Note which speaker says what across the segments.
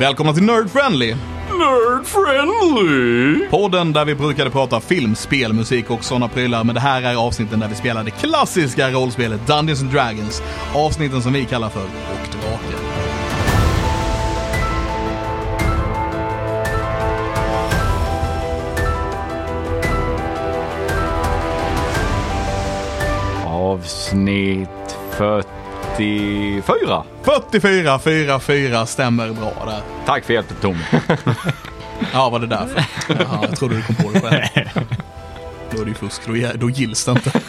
Speaker 1: Välkomna till Nerd Friendly!
Speaker 2: Nerd friendly!
Speaker 1: Podden där vi brukade prata film, spel, musik och sådana prylar. Men det här är avsnitten där vi spelar det klassiska rollspelet Dungeons and Dragons. Avsnitten som vi kallar för Och Draken.
Speaker 2: Avsnitt 44.
Speaker 1: 44 4 4 stämmer bra där.
Speaker 2: Tack för hjälpen Tom.
Speaker 1: Ja, var det därför? Jaha, jag trodde du kom på det själv. Då är det ju fusk, då, ge- då gills det inte.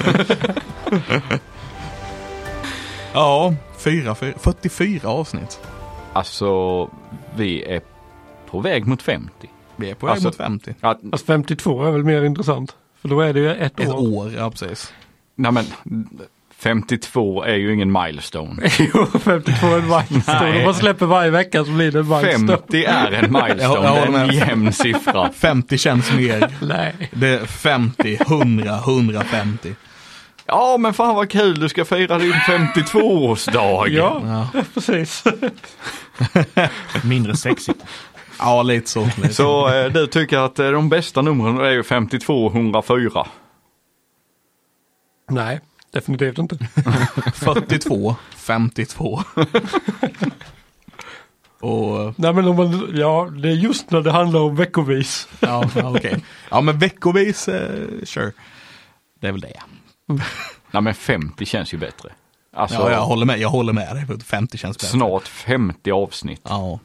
Speaker 1: Ja, 4, 4, 44 avsnitt.
Speaker 2: Alltså, vi är på väg mot 50.
Speaker 1: Vi är på väg
Speaker 2: Alltså-
Speaker 1: mot 50.
Speaker 2: Ja,
Speaker 3: Fast 52 är väl mer intressant. För då är det ju ett,
Speaker 1: Ett
Speaker 3: år.
Speaker 1: år, ja precis.
Speaker 2: nej men, 52 är ju ingen milestone.
Speaker 3: Jo, 52 är en milestone. Om man släpper varje vecka så blir det en milestone.
Speaker 2: 50 är en
Speaker 1: Jag-
Speaker 2: milestone,
Speaker 1: jag
Speaker 2: det
Speaker 1: håller
Speaker 2: är en
Speaker 1: med.
Speaker 2: jämn siffra.
Speaker 1: 50 känns mer.
Speaker 3: Nej.
Speaker 1: Det är 50, 100, 150.
Speaker 2: Ja men fan vad kul, du ska fira din 52-årsdag.
Speaker 3: Ja,
Speaker 1: Ja.
Speaker 3: precis.
Speaker 4: Mindre sexigt.
Speaker 1: Ja, lite så. Lite.
Speaker 2: Så eh, du tycker att eh, de bästa numren är ju 52 och 104?
Speaker 3: Nej, definitivt inte.
Speaker 1: 42, 52. Och
Speaker 3: Nej, men om man, ja, det är just när det handlar om veckovis.
Speaker 1: Ja, ja, okej. Ja, men veckovis, eh, sure. Det är väl det.
Speaker 2: Nej men 50 känns ju bättre. Alltså,
Speaker 1: Ja, jag håller med. Jag håller med dig. 50 känns bättre.
Speaker 2: snart 50 avsnitt.
Speaker 1: Ja.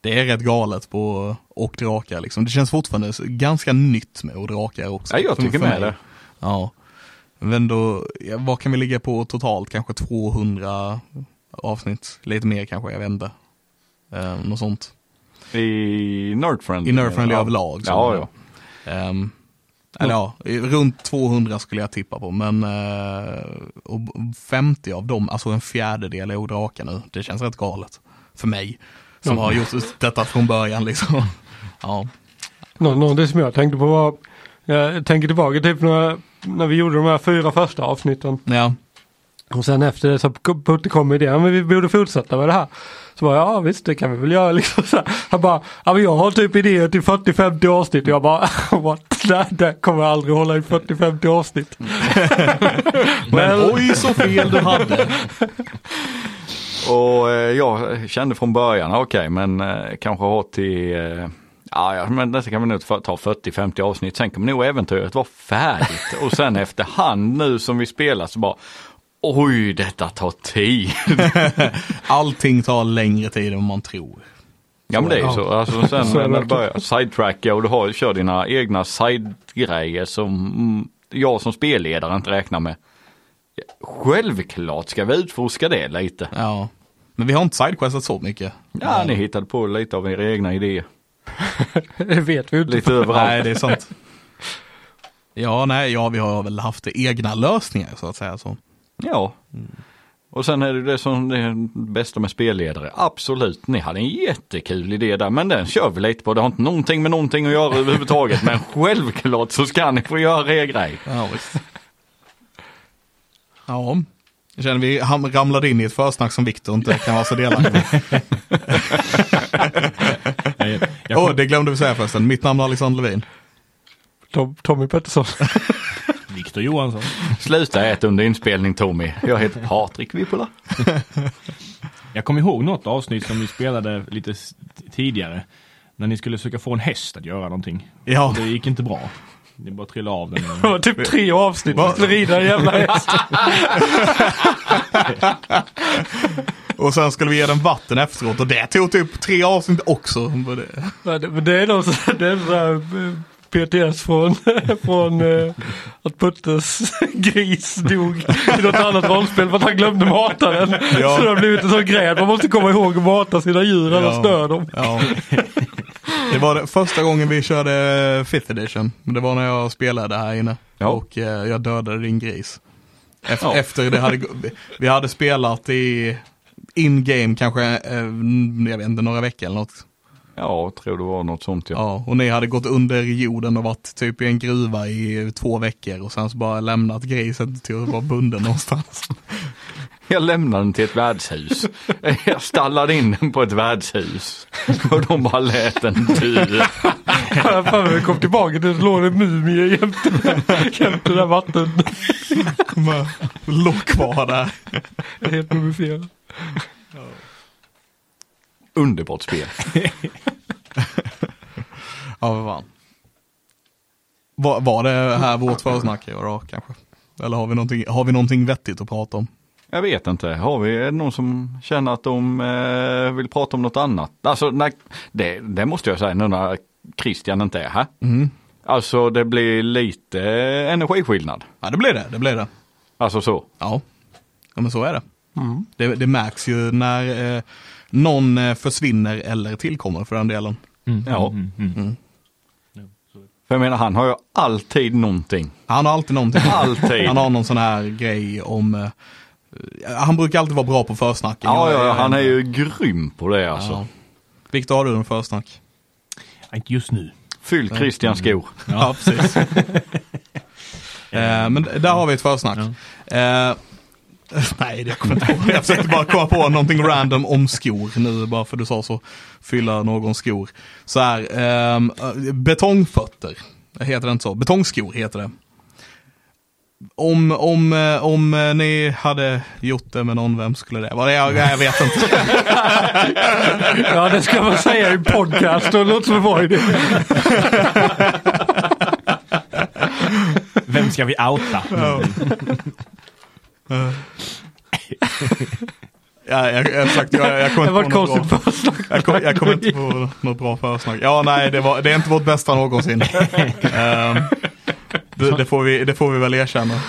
Speaker 1: Det är rätt galet på och drakar liksom. Det känns fortfarande ganska nytt med och drakar också.
Speaker 2: Ja, jag
Speaker 1: För-
Speaker 2: tycker
Speaker 1: för
Speaker 2: med
Speaker 1: mig.
Speaker 2: det.
Speaker 1: Ja. Men då, ja, vad kan vi ligga på totalt? Kanske 200 avsnitt? Lite mer kanske, jag vet inte. Eh, något sånt.
Speaker 2: I Nerdfriendly.
Speaker 1: I Nerdfriendly
Speaker 2: Ja.
Speaker 1: överlag. så.
Speaker 2: Ja, ja.
Speaker 1: Ehm, eller ja, runt 200 skulle jag tippa på, men eh, och b- 50 av dem, alltså en fjärdedel är odrakar nu. Det känns rätt galet för mig som har gjort detta från början liksom. Ja,
Speaker 3: Nå, nå, det som jag tänkte på var, jag tänker tillbaka typ när, när vi gjorde de här fyra första avsnitten.
Speaker 1: ja,
Speaker 3: Och sen efter det så Putte kom med idén, men vi borde fortsätta med det här. Så bara, ja visst det kan vi väl göra liksom så här. Han bara, ja men jag har typ idéer till 40-50 avsnitt. Och jag bara, what? Nej, det kommer jag aldrig hålla i 40-50 avsnitt.
Speaker 1: men oj så fel du hade.
Speaker 2: Och eh, jag kände från början, okej men eh, kanske ha till, eh, ja ja, men detta kan vi nog ta ta 40-50 avsnitt, sen kommer nog äventyret vara färdigt. Och sen efterhand nu som vi spelar så bara, oj detta tar tid.
Speaker 1: Allting tar längre tid än man tror.
Speaker 2: Ja men det är ju så. Alltså, sen
Speaker 3: Så är det
Speaker 2: när du
Speaker 3: verkligen.
Speaker 2: börjar sidetracka och du har, kör dina egna sidegrejer som mm, jag som spelledare inte räknar med. Självklart ska vi utforska det lite.
Speaker 1: Ja, men vi har inte sidequestat så mycket.
Speaker 2: Ja, ni hittade på lite av era egna idéer.
Speaker 3: Det vet vi ju inte.
Speaker 2: Lite
Speaker 1: Nej,
Speaker 2: överallt.
Speaker 1: det är sant. Ja, nej, ja, vi har väl haft egna lösningar så att säga. Så.
Speaker 2: Ja. Och sen är det ju det som det är bästa med spelledare. Absolut, ni hade en jättekul idé där, men den kör vi lite på. Det har inte någonting med någonting att göra överhuvudtaget, men självklart så ska ni få göra er grej.
Speaker 1: Ja, visst. Ja. Jag känner vi ham- ramlade in i ett försnack som Viktor inte kan vara så delaktig i.
Speaker 4: Jag, jag
Speaker 1: Åh,
Speaker 4: kom,
Speaker 1: det glömde vi säga förresten. Mitt namn är Alexander Levin.
Speaker 3: Tom, Tommy Pettersson.
Speaker 4: Victor Johansson.
Speaker 2: Sluta äta under inspelning Tommy. Jag heter Patrik Vipola.
Speaker 4: Jag kommer ihåg något avsnitt som vi spelade lite s- tidigare. När ni skulle försöka få en häst att göra någonting.
Speaker 1: Ja,
Speaker 4: Och det gick inte bra. Ni bara trillade av den.
Speaker 3: Det var typ tre avsnitt.
Speaker 1: Va?
Speaker 3: Man skulle rida en jävla häst.
Speaker 1: och sen skulle vi ge den vatten efteråt och det tog typ tre avsnitt också. Men det-
Speaker 3: Men det- men det är någon sån- det är sån här eh, PTS från, från eh, att Puttes gris dog i något annat rollspel för att han glömde mata den.
Speaker 1: Ja.
Speaker 3: Så det har blivit en sån grej att man måste komma ihåg att mata sina djur annars
Speaker 1: Ja.
Speaker 3: dör de.
Speaker 1: Ja. Det var det första gången vi körde eh, fifth edition. Det var när jag spelade här inne.
Speaker 2: Ja.
Speaker 1: Och eh, jag dödade din gris. Efter,
Speaker 2: Ja.
Speaker 1: efter det hade, gå- vi- vi hade spelat i in game kanske, eh, jag vet inte, några veckor eller något.
Speaker 2: Ja, tror det var något sånt ja.
Speaker 1: Ja, och ni hade gått under jorden och varit typ i en gruva i två veckor och sen så bara lämnat grisen till att vara bunden någonstans.
Speaker 2: Jag lämnade den till ett värdshus. Jag stallade in den på ett värdshus. Och de bara lät den dö.
Speaker 3: Fan vad vi kom tillbaka till det låg en mumie jämte, jämte det där vatten.
Speaker 1: Med lock kvar där.
Speaker 3: Helt mumifierad.
Speaker 2: Underbart spel.
Speaker 1: Ja, vad fan. Var, var det här vårt försnack i år då, kanske? Eller har vi, någonting, har vi någonting vettigt att prata om?
Speaker 2: Jag vet inte, har vi, är det någon som känner att de eh, vill prata om något annat? Alltså, när, det, det måste jag säga nu när Christian inte är här. Alltså det blir lite energiskillnad.
Speaker 1: Ja, det blir det. Det blir det.
Speaker 2: Alltså så.
Speaker 1: Ja, ja men så är det. det. Det märks ju när eh, någon eh, försvinner eller tillkommer för den delen.
Speaker 4: Mm.
Speaker 2: Ja. För jag menar han har ju alltid någonting.
Speaker 1: Han har alltid någonting.
Speaker 2: Alltid.
Speaker 1: Han har någon sån här grej om... eh, Han brukar alltid vara bra på försnacken.
Speaker 2: Ja,
Speaker 1: Jag
Speaker 2: ja, ja, han är ju grym på det alltså.
Speaker 1: Ja. Viktor, har du en försnack?
Speaker 4: Ja, Inte just nu.
Speaker 2: Fyll Christians skor.
Speaker 1: Ja, precis. eh, men där har vi ett försnack. Eh, nej, det kommer jag inte på. Jag försökte bara komma på någonting random om skor nu, bara för du sa så. Fylla någon skor. Så här, ehm, eh, betongfötter. Heter det inte så? Betongskor heter det. Om, om, eh, om eh, ni hade gjort det med någon, vem skulle det vara? Jag, jag vet inte.
Speaker 3: Ja det ska man säga i podcast, det låter som en bra idé.
Speaker 4: Vem ska vi outa?
Speaker 1: Ja, jag, jag, exakt, jag, jag kommer
Speaker 3: Det
Speaker 1: inte
Speaker 3: var ett
Speaker 1: på något bra.
Speaker 3: konstigt försnack.
Speaker 1: Jag kommer jag kom inte på något bra försnack. Ja, nej, det, var, det är inte vårt bästa någonsin. Ehm, det, det, får vi, det får vi väl erkänna.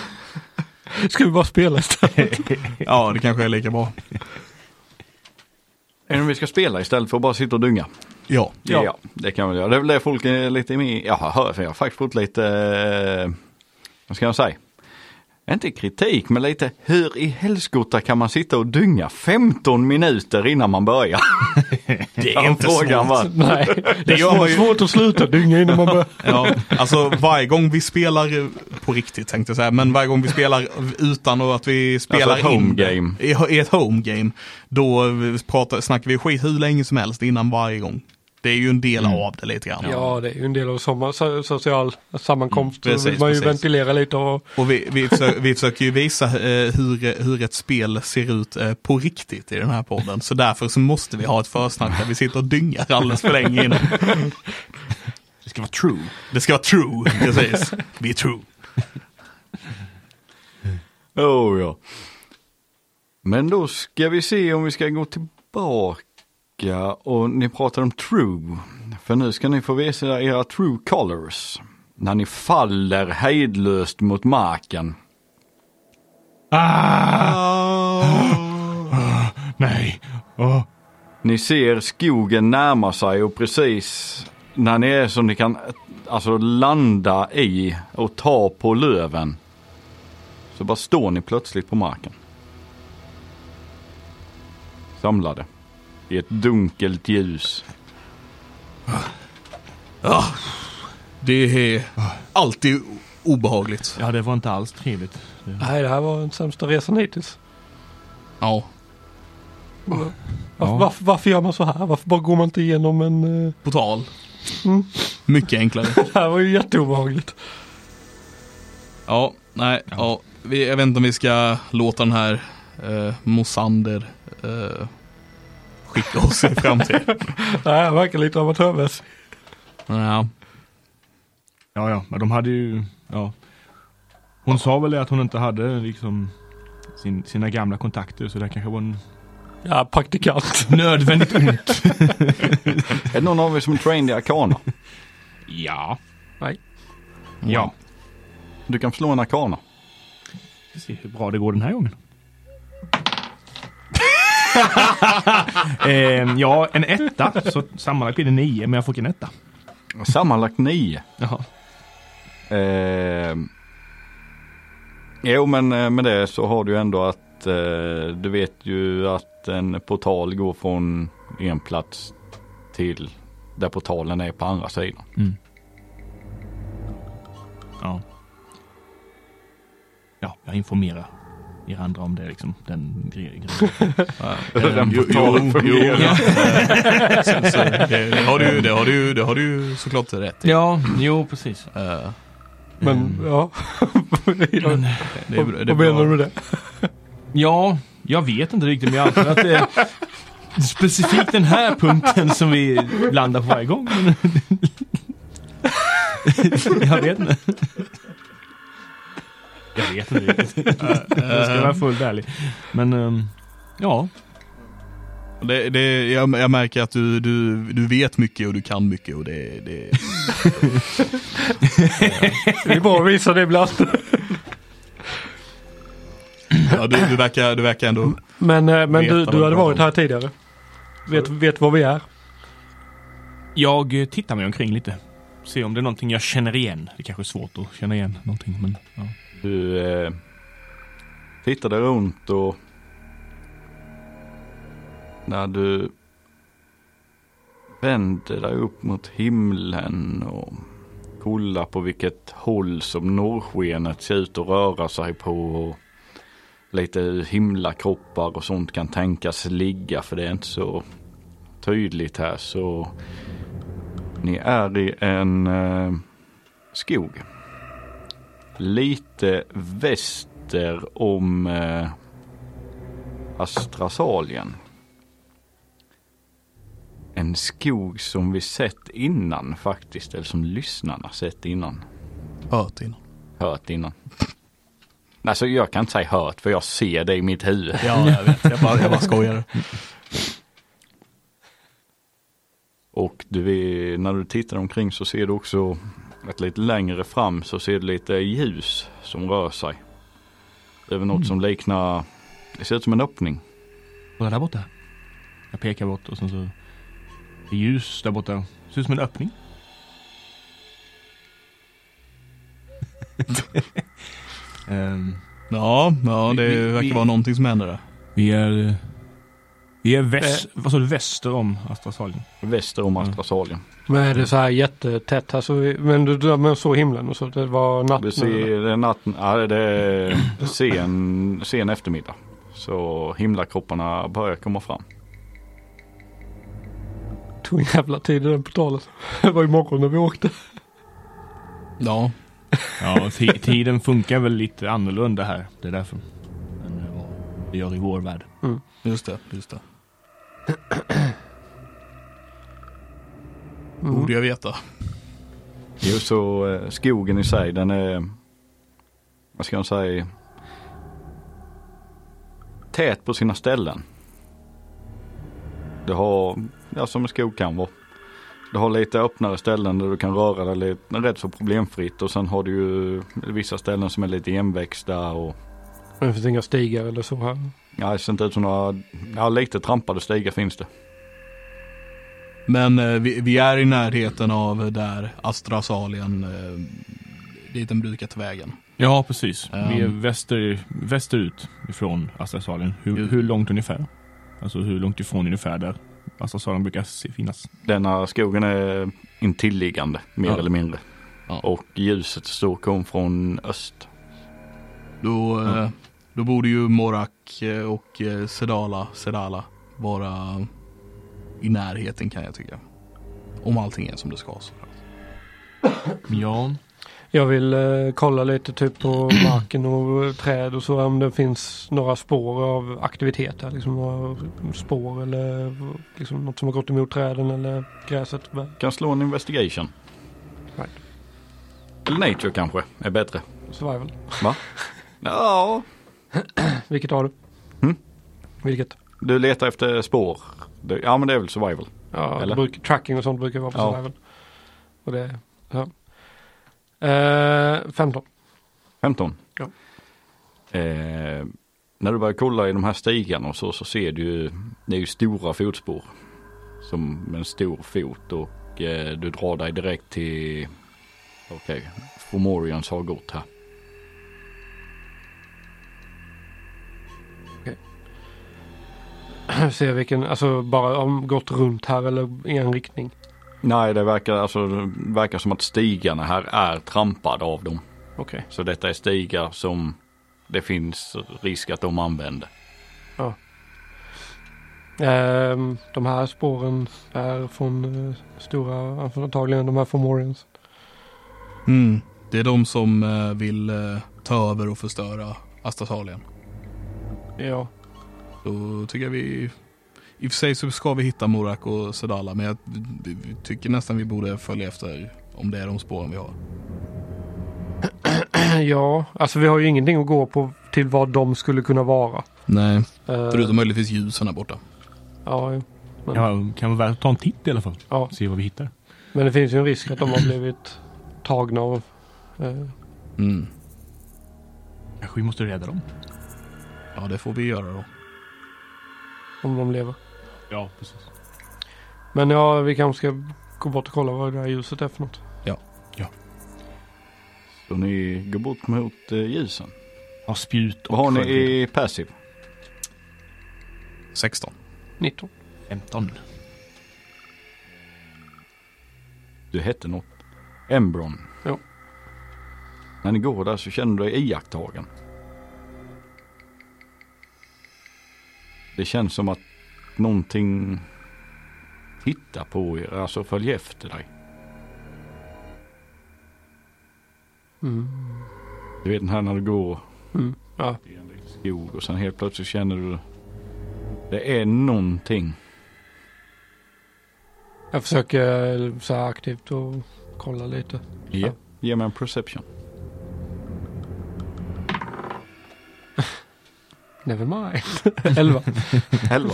Speaker 3: Ska vi bara spela istället?
Speaker 1: Ja, det kanske är lika bra.
Speaker 2: Är det vi ska spela istället för att bara sitta och dunga?
Speaker 1: Ja,
Speaker 2: Ja, det kan vi göra. Det är väl det folk är lite mer, jag hör, för jag har faktiskt fått lite, eh, vad ska jag säga? Inte kritik, men lite hur i helskotta kan man sitta och dynga 15 minuter innan man börjar?
Speaker 1: det
Speaker 2: Ja, frågan var,
Speaker 3: Nej, det
Speaker 1: gör man
Speaker 3: är
Speaker 1: ju.
Speaker 3: svårt att sluta dynga innan man börjar.
Speaker 1: Ja, alltså varje gång vi spelar på riktigt tänkte jag säga, men varje gång vi spelar utan att vi spelar
Speaker 2: Alltså ett home
Speaker 1: in det,
Speaker 2: game.
Speaker 1: I, I ett home game, då pratar, snackar vi skit hur länge som helst innan varje gång. Det är ju en del av det lite grann.
Speaker 3: Ja, det är ju en del av sommar, so- social sammankomst.
Speaker 1: Mm,
Speaker 3: Mm,
Speaker 1: precis,
Speaker 3: vill man ju
Speaker 1: precis.
Speaker 3: ventilera lite och
Speaker 1: Och vi, vi, försöker, vi försöker ju visa eh, hur, hur ett spel ser ut eh, på riktigt i den här podden. Så därför så måste vi ha ett försnack där vi sitter och dyngar alldeles för länge innan.
Speaker 4: Det ska vara true.
Speaker 1: Det ska vara true, precis. Vi är true.
Speaker 2: oh ja. Men då ska vi se om vi ska gå tillbaka och ni pratar om true. För nu ska ni få visa era true colors. När ni faller hejdlöst mot marken.
Speaker 4: Ah! Nej. Åh.
Speaker 2: Ni ser skogen närma sig och precis när ni är som ni kan alltså landa i och ta på löven så bara står ni plötsligt på marken. Samlade i ett dunkelt ljus.
Speaker 1: Det är alltid obehagligt.
Speaker 4: Ja, det var inte alls trevligt.
Speaker 1: Mm.
Speaker 4: Det-
Speaker 3: Nej, det här var den sämsta resan hittills.
Speaker 1: Ja.
Speaker 3: Varför,
Speaker 4: Ja.
Speaker 3: varför, varför gör man så här? Varför bara går man inte igenom en... eh,
Speaker 1: Portal. Mycket enklare.
Speaker 3: Det här var ju jätteobehagligt.
Speaker 1: Ja, nej, ja. Vi, jag vet inte om vi ska låta den här eh, Mosander eh, skicka oss i framtiden.
Speaker 3: Det här verkar lite amatörmässigt.
Speaker 1: ja.
Speaker 4: Ja, ja, men de hade ju, ja. Hon sa väl det att hon inte hade liksom sin, sina gamla kontakter så det kanske var en
Speaker 3: Ja, praktikant.
Speaker 4: nödvändigt ont.
Speaker 2: Är det någon av er som är trained i arkana?
Speaker 4: ja.
Speaker 3: Nej.
Speaker 4: Ja.
Speaker 2: Du kan slå en arkana.
Speaker 4: Vi ser hur bra det går den här gången. Ehm, ja, en etta. Så sammanlagt blir det nio, men jag fick en etta.
Speaker 2: Sammanlagt nio.
Speaker 4: Jaha.
Speaker 2: Eh, jo men eh, med det så har du ändå att eh, du vet ju att en portal går från en plats till där portalen är på andra sidan.
Speaker 4: Mm. Ja. Ja, jag informerar. er andra om det liksom. Den gre- grejen.
Speaker 2: Den
Speaker 4: jo,
Speaker 2: portalen
Speaker 4: jo,
Speaker 2: fungerar.
Speaker 4: jo.
Speaker 1: Sen så, det, det, har du, det, har du, det har du såklart rätt i.
Speaker 4: Ja, jo precis.
Speaker 1: Eh,
Speaker 3: Men ja.
Speaker 1: Mm. det är, bra- det är
Speaker 3: Vad menar
Speaker 1: bra.
Speaker 3: du med det?
Speaker 4: Ja, jag vet inte riktigt men jag antar att det är specifikt den här punkten som vi landar på varje gång. Men jag vet inte. Jag vet inte riktigt. Jag ska vara fullt ärlig. Men ehm, ja,
Speaker 1: Det, det, jag, jag märker att du, du, du vet mycket och du kan mycket och det, det
Speaker 3: Det är bra att visa det ibland.
Speaker 1: ja, du, du, verkar, du verkar ändå...
Speaker 3: Men, eh, men
Speaker 1: Veta
Speaker 3: du,
Speaker 1: vad
Speaker 3: du
Speaker 1: det
Speaker 3: hade
Speaker 1: var.
Speaker 3: varit här tidigare. Vet, vet var vi är.
Speaker 4: jag eh, tittar mig omkring lite. Se om det är någonting jag känner igen. Det kanske är svårt att känna igen någonting men ja.
Speaker 2: Du eh, tittade runt och när du vände dig upp mot himlen och kollade på vilket håll som norrskenet ser ut att röra sig på och lite hur himlakroppar och sånt kan tänkas ligga för det är inte så tydligt här så ni är i en eh, skog lite väster om eh, Astrasalien. En skog som vi sett innan faktiskt, eller som lyssnarna sett innan.
Speaker 1: Hört innan.
Speaker 2: Hört innan. Alltså jag kan inte säga hört för jag ser det i mitt huvud.
Speaker 1: Ja, jag vet. Jag bara, jag bara skojar.
Speaker 2: Och du är, när du tittar omkring så ser du också att lite längre fram så ser du lite ljus som rör sig. Över något som liknar, det ser ut som en öppning.
Speaker 4: Kolla där borta. Jag pekar bort och sen så... Det är ljus där borta. Ser ut som en öppning. Ehm,
Speaker 1: Ja, ja det
Speaker 4: Vi- vi-
Speaker 1: verkar
Speaker 4: vi-
Speaker 1: vara någonting som händer där.
Speaker 4: vi är... eh, Vi är väst... Vad sa du? Väster om Astrasalien?
Speaker 2: Väster om
Speaker 4: Mm.
Speaker 2: Astrasalien.
Speaker 3: Men är det så här jättetätt här så vi, men du du- men så himlen och så. Det var natt
Speaker 2: Du
Speaker 3: nu.
Speaker 2: ser det är natten, ja, det är sen, sen eftermiddag. Så himlakropparna börjar komma fram.
Speaker 3: Det tog en jävla tid i den portalen. Det var ju morgon när vi åkte.
Speaker 1: Ja,
Speaker 4: Ja, ti- tiden funkar väl lite annorlunda här. Det är därför. Än eh, vad det gör i vår värld.
Speaker 1: just det. Just det.
Speaker 3: Mm.
Speaker 2: Mm.
Speaker 4: Mm.
Speaker 1: Borde jag veta.
Speaker 2: Jo, så eh, skogen i sig den är, vad ska man säga, tät på sina ställen. Det har, ja som en skog kan vara. Det har lite öppnare ställen där du kan röra dig lite, rätt så problemfritt och sen har du ju vissa ställen som är lite igenväxta och
Speaker 3: Men det finns inga stigar eller så här.
Speaker 2: Ja, det ser inte ut som några, ja lite trampade stigar finns det.
Speaker 1: Men eh, vi, vi är i närheten av där Astrasalien, eh, dit den brukar ta vägen.
Speaker 4: Ja, precis. Vi är
Speaker 1: Ehm.
Speaker 4: väster, västerut ifrån Astrasalien. Hur,
Speaker 1: Ju-
Speaker 4: hur långt ungefär? Alltså hur långt ifrån ungefär där Astrasalien brukar se- finnas?
Speaker 2: Denna skogen är intilliggande mer
Speaker 4: Ja.
Speaker 2: eller mindre.
Speaker 1: Ja.
Speaker 2: Och ljuset så kom från öst.
Speaker 1: Då, eh,
Speaker 4: Mm.
Speaker 2: Ja.
Speaker 1: då borde ju Morak eh, och eh, Sedala, Sedala vara i närheten kan jag tycka. Om allting är som det ska. Så.
Speaker 4: Ja.
Speaker 3: Jag vill eh, kolla lite typ på marken och eh, träd och så om det finns några spår av aktivitet här. Liksom några spår eller eh, liksom något som har gått emot träden eller gräset.
Speaker 2: Kan slå en investigation.
Speaker 3: Nej.
Speaker 2: Eller nature kanske är bättre.
Speaker 3: Survival.
Speaker 2: Ja,
Speaker 3: Vilket har du?
Speaker 2: Mm.
Speaker 3: Vilket?
Speaker 2: du letar efter spår. Det- Ja men det är väl survival.
Speaker 3: Ja,
Speaker 2: Eller?
Speaker 3: det bruk, tracking och sånt brukar vara på
Speaker 2: Ja.
Speaker 3: survival. Och det, ja. eh, 15.
Speaker 2: 15.
Speaker 3: Ja.
Speaker 2: Eh, när du börjar kolla i de här stigarna och så, så ser du ju, det är ju stora fotspår. Som en stor fot och eh, du drar dig direkt till, okej, Fomorians har gått här.
Speaker 3: Se vilken, alltså bara om gått runt här eller i en riktning.
Speaker 2: Nej, det verkar, alltså, det verkar som att stigarna här är trampade av dem.
Speaker 3: Okej.
Speaker 2: Så detta är stigar som det finns risk att de använder.
Speaker 3: Ehm, de här spåren är från eh, stora, antagligen de här Formorians.
Speaker 1: Mm. Det är de som eh, vill eh, ta över och förstöra Astasalien.
Speaker 3: Ja,
Speaker 1: Då tycker jag vi... I och för sig så ska vi hitta Morak och Sedala men jag vi- vi tycker nästan vi borde följa efter om det är de spåren vi har.
Speaker 3: ja, alltså vi har ju ingenting att gå på till vad de skulle kunna vara.
Speaker 1: Nej,
Speaker 3: Eh,
Speaker 1: förutom möjligtvis ljusen här borta.
Speaker 3: ja, jo.
Speaker 4: Ja, kan vara värt att ta en titt i alla fall.
Speaker 3: Ja.
Speaker 4: Se vad vi hittar.
Speaker 3: men det finns ju en risk att de har blivit tagna av eh,
Speaker 1: Mm.
Speaker 4: Kanske vi måste rädda dem.
Speaker 1: Ja, det får vi göra då.
Speaker 3: om de lever.
Speaker 4: Ja, precis.
Speaker 3: Men ja, vi kanske ska gå bort och kolla vad det här ljuset är för något.
Speaker 2: Så ni går bort mot eh, ljusen.
Speaker 4: Ja, spjut och
Speaker 2: Vad har ni
Speaker 4: sköld.
Speaker 2: i passiv?
Speaker 1: 16.
Speaker 3: 19.
Speaker 1: 15.
Speaker 2: Du hette något. Embron.
Speaker 3: Ja.
Speaker 2: När ni går där så känner du dig iakttagen. Det känns som att någonting tittar på er, alltså följer efter dig.
Speaker 3: Mm.
Speaker 2: Du vet den här när du går
Speaker 3: Mm. Ja.
Speaker 2: i en liten skog och sen helt plötsligt känner du det är någonting.
Speaker 3: Jag försöker eh, så här aktivt och kolla lite.
Speaker 2: Ja. Ge mig en perception.
Speaker 3: Never mind. 11.
Speaker 2: Elva.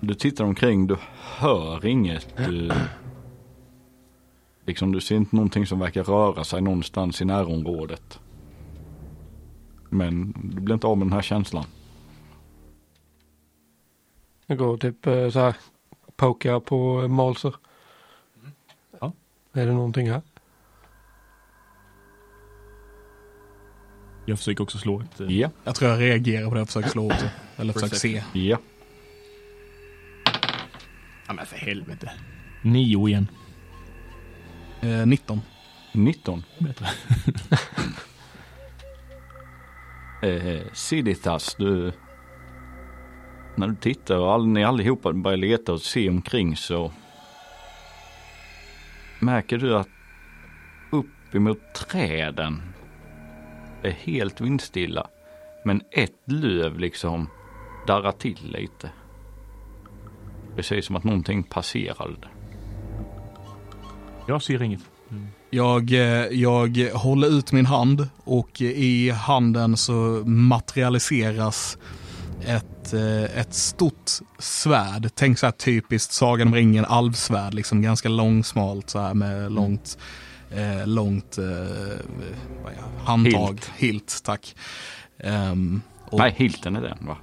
Speaker 2: Du tittar omkring, du hör inget. Du, liksom du ser inte någonting som verkar röra sig någonstans i närområdet. Men du blir inte av med den här känslan.
Speaker 3: Jag går typ eh, så här. Pokar på eh, malser.
Speaker 4: Ja.
Speaker 3: Är det någonting här?
Speaker 4: Jag försöker också slå ett... eh,
Speaker 2: Ja,
Speaker 1: Jag tror jag reagerar på det jag försöker slå också. Eller försöker se.
Speaker 2: ja.
Speaker 1: Ja, men för helvete.
Speaker 4: Nio igen.
Speaker 1: Eh, 19.
Speaker 2: 19.
Speaker 4: Bättre.
Speaker 2: Eh, Siditas, du... När du tittar och all, ni allihopa börjar leta och se omkring så märker du att uppemot träden är helt vindstilla. Men ett löv liksom darrar till lite. Precis som att någonting passerade.
Speaker 4: Jag ser inget.
Speaker 1: Jag, eh, jag håller ut min hand och i handen så materialiseras ett, eh, ett stort svärd. Tänk så här typiskt Sagan om ringen alvsvärd, liksom ganska långsmalt så här
Speaker 2: Mm.
Speaker 1: med långt, eh, långt eh, vad är det? handtag.
Speaker 2: Hilt.
Speaker 1: Hilt. tack. Ehm, och-
Speaker 2: Nej, hilten är den va?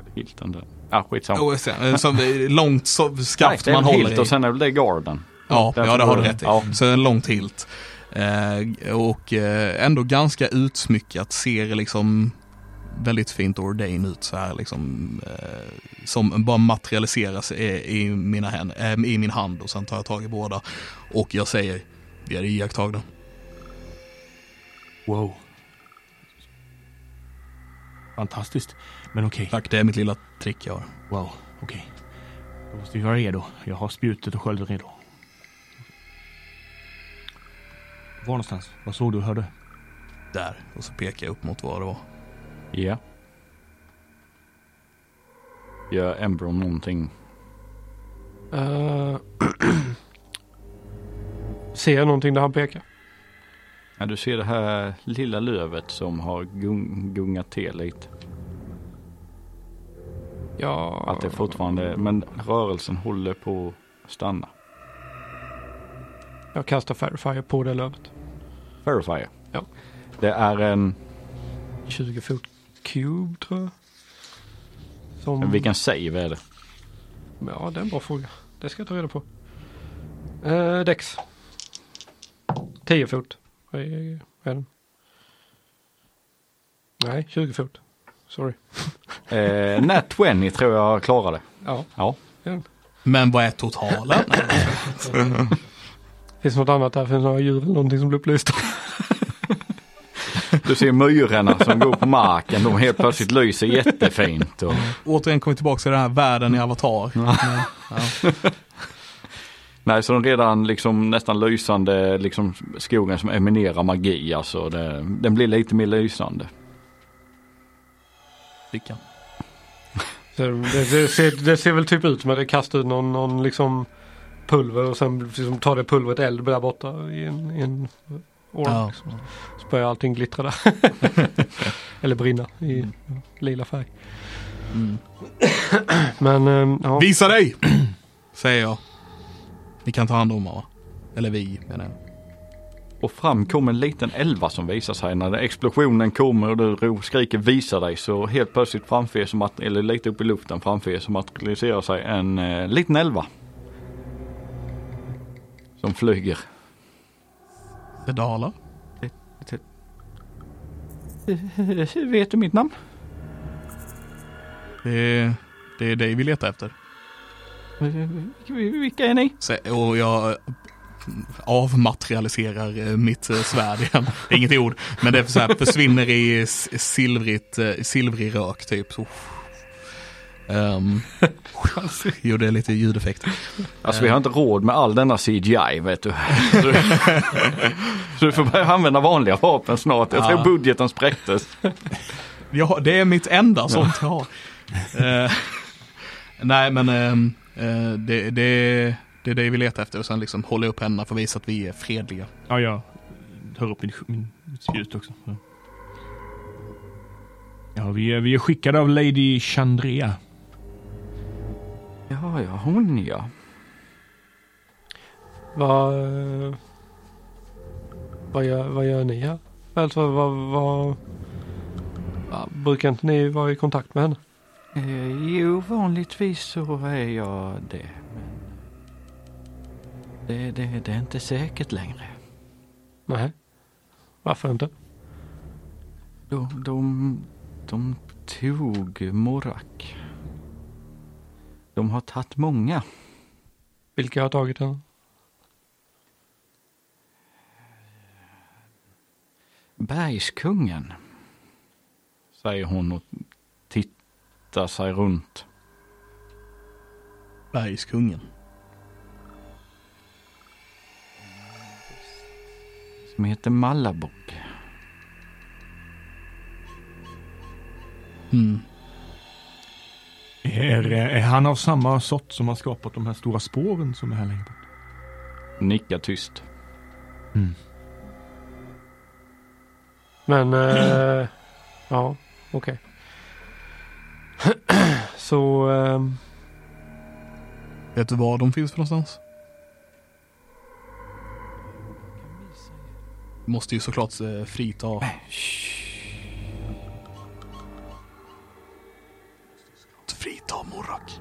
Speaker 2: Är det Hilten den. Ah, skitsamma.
Speaker 1: och sen, eh, som, eh, långt så,
Speaker 2: Nej,
Speaker 1: skaft
Speaker 2: det är
Speaker 1: man
Speaker 2: en hilt
Speaker 1: håller i.
Speaker 2: och sen är väl det garden.
Speaker 1: Ja,
Speaker 2: Därför
Speaker 1: ja det har du
Speaker 2: börjar-
Speaker 1: rätt i.
Speaker 2: Ja.
Speaker 1: Så en långt hilt. Eh, och eh, ändå ganska utsmyckat, ser liksom väldigt fint ordain ut så här liksom. Eh, som bara materialiseras i, i, mina hän, eh, i min hand och sen tar jag tag i båda. Och jag säger, vi är iakttagna.
Speaker 4: Wow. Fantastiskt. Men okej.
Speaker 1: Tack, det är mitt lilla trick jag har.
Speaker 4: Wow, okej. Då måste vi vara redo. Jag har spjutet och skölden redo. Var någonstans? Vad såg du och hörde?
Speaker 1: Där. Och så pekar jag upp mot vad det var.
Speaker 2: Ja. Gör Embron någonting?
Speaker 3: Eh, ser jag någonting där han pekar?
Speaker 2: Ja, du ser det här lilla lövet som har gung, gungat till lite.
Speaker 3: Ja.
Speaker 2: Att det fortfarande, men rörelsen håller på att stanna.
Speaker 3: Jag kastar Fairfire på det lövet.
Speaker 2: Verifier.
Speaker 3: Ja.
Speaker 2: Det är en,
Speaker 3: 20 fot cube tror jag. Som...
Speaker 2: vilken save är det?
Speaker 3: Ja, det är en bra fråga. Det ska jag ta reda på. Eh, Dex. 10 fot. Vad är vad är den? Nej, 20 fot. Sorry.
Speaker 2: Eh, Nat 20 tror jag klarade.
Speaker 3: Ja.
Speaker 2: Ja.
Speaker 1: Men vad är totalen?
Speaker 3: Finns det något annat där? Finns det några djur eller någonting som blir upplysta?
Speaker 2: Du ser myrorna som går på marken, de helt plötsligt lyser jättefint. Och...
Speaker 1: Återigen kommer vi tillbaka till den här världen i Avatar. Men, ja.
Speaker 2: Nej, så de redan liksom nästan lysande liksom skogen som eminerar magi. Alltså det, den blir lite mer lysande.
Speaker 1: Fickan.
Speaker 3: Så Det, det, ser, det ser väl typ ut som att det kastar ut någon, någon liksom pulver och sen liksom tar det pulvret eld där borta i en, i en orm.
Speaker 1: Ja.
Speaker 3: Liksom. Så börjar allting glittra där. Eller brinna i lila färg.
Speaker 1: Mm.
Speaker 3: Men ehm, ja.
Speaker 1: Visa dig! Säger jag. Ni kan ta hand om honom va? Eller vi menar jag.
Speaker 2: Och fram kom en liten elva som visar sig när explosionen kommer och du ro- skriker visa dig så helt plötsligt framför er som att, eller lite upp i luften framför er som att lyser sig en eh, liten elva. Som flyger.
Speaker 1: Det dalar.
Speaker 2: Vet du mitt namn?
Speaker 1: Det är, det är dig vi letar efter.
Speaker 2: Vilka är ni?
Speaker 1: Sä- Och jag eh, avmaterialiserar eh, mitt eh, svärd igen. Det är Inget ord, men det är så här, försvinner i s- silvrigt, eh, silvrig rök typ. Så. Ehm, gjorde lite ljudeffekt.
Speaker 2: Alltså vi har inte råd med all denna CGI vet du. Så du- Så du får börja använda vanliga vapen snart. Jag tror
Speaker 1: Ja.
Speaker 2: budgeten spräcktes.
Speaker 1: Jag, har- det är mitt enda sånt jag har. Eh, nej men ehm, eh, det, det, det är det vi letar efter och sen liksom håller jag upp händerna för att visa att vi är fredliga.
Speaker 4: Ja, jag tar upp min, min mitt spjut också. Så. Ja, vi är, vi är skickade av Lady Chandrea.
Speaker 2: Ja, ja, hon ja.
Speaker 3: Vad, eh, vad, gör, vad gör ni här? Alltså vad, vad, ja, brukar inte ni vara i kontakt med henne?
Speaker 2: Eh, jo, vanligtvis så är jag det. Men det, det, det är inte säkert längre.
Speaker 3: Nej. Varför inte?
Speaker 2: De, de, de tog Morak. De har tagit många.
Speaker 3: Vilka har tagit henne?
Speaker 2: Bergskungen. Säger hon och tittar sig runt.
Speaker 1: Bergskungen.
Speaker 2: Som heter Malabok.
Speaker 1: Mm.
Speaker 4: Är, är han av samma sort som har skapat de här stora spåren som är här längre bort?
Speaker 2: Nickar tyst.
Speaker 3: Men, eh, ja, okej. Så, ehm,
Speaker 1: Vet du var de finns för någonstans? Du måste ju såklart eh, frita. Frita Morak.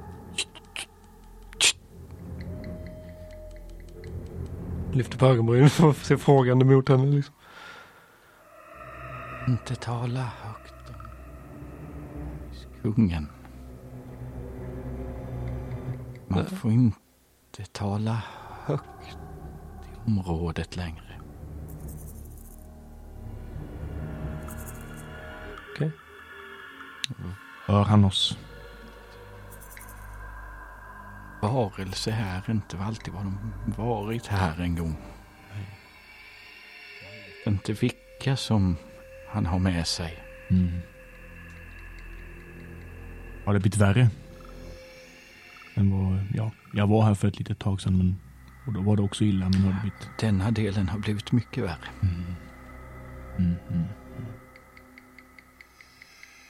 Speaker 3: lyfter på ögonbrynen och ser frågande mot henne liksom.
Speaker 2: Inte tala högt om kungen. Man får inte tala högt i området längre.
Speaker 4: Hör han oss?
Speaker 2: Varelse här är inte alltid vad de varit här en gång. Jag vet Inte vilka som han har med sig.
Speaker 4: Mm. Har det blivit värre? Än vad, ja, jag var här för ett litet tag sedan men, och då var det också illa men nu har det blivit...
Speaker 2: Denna delen har blivit mycket värre.
Speaker 4: Mm, mm.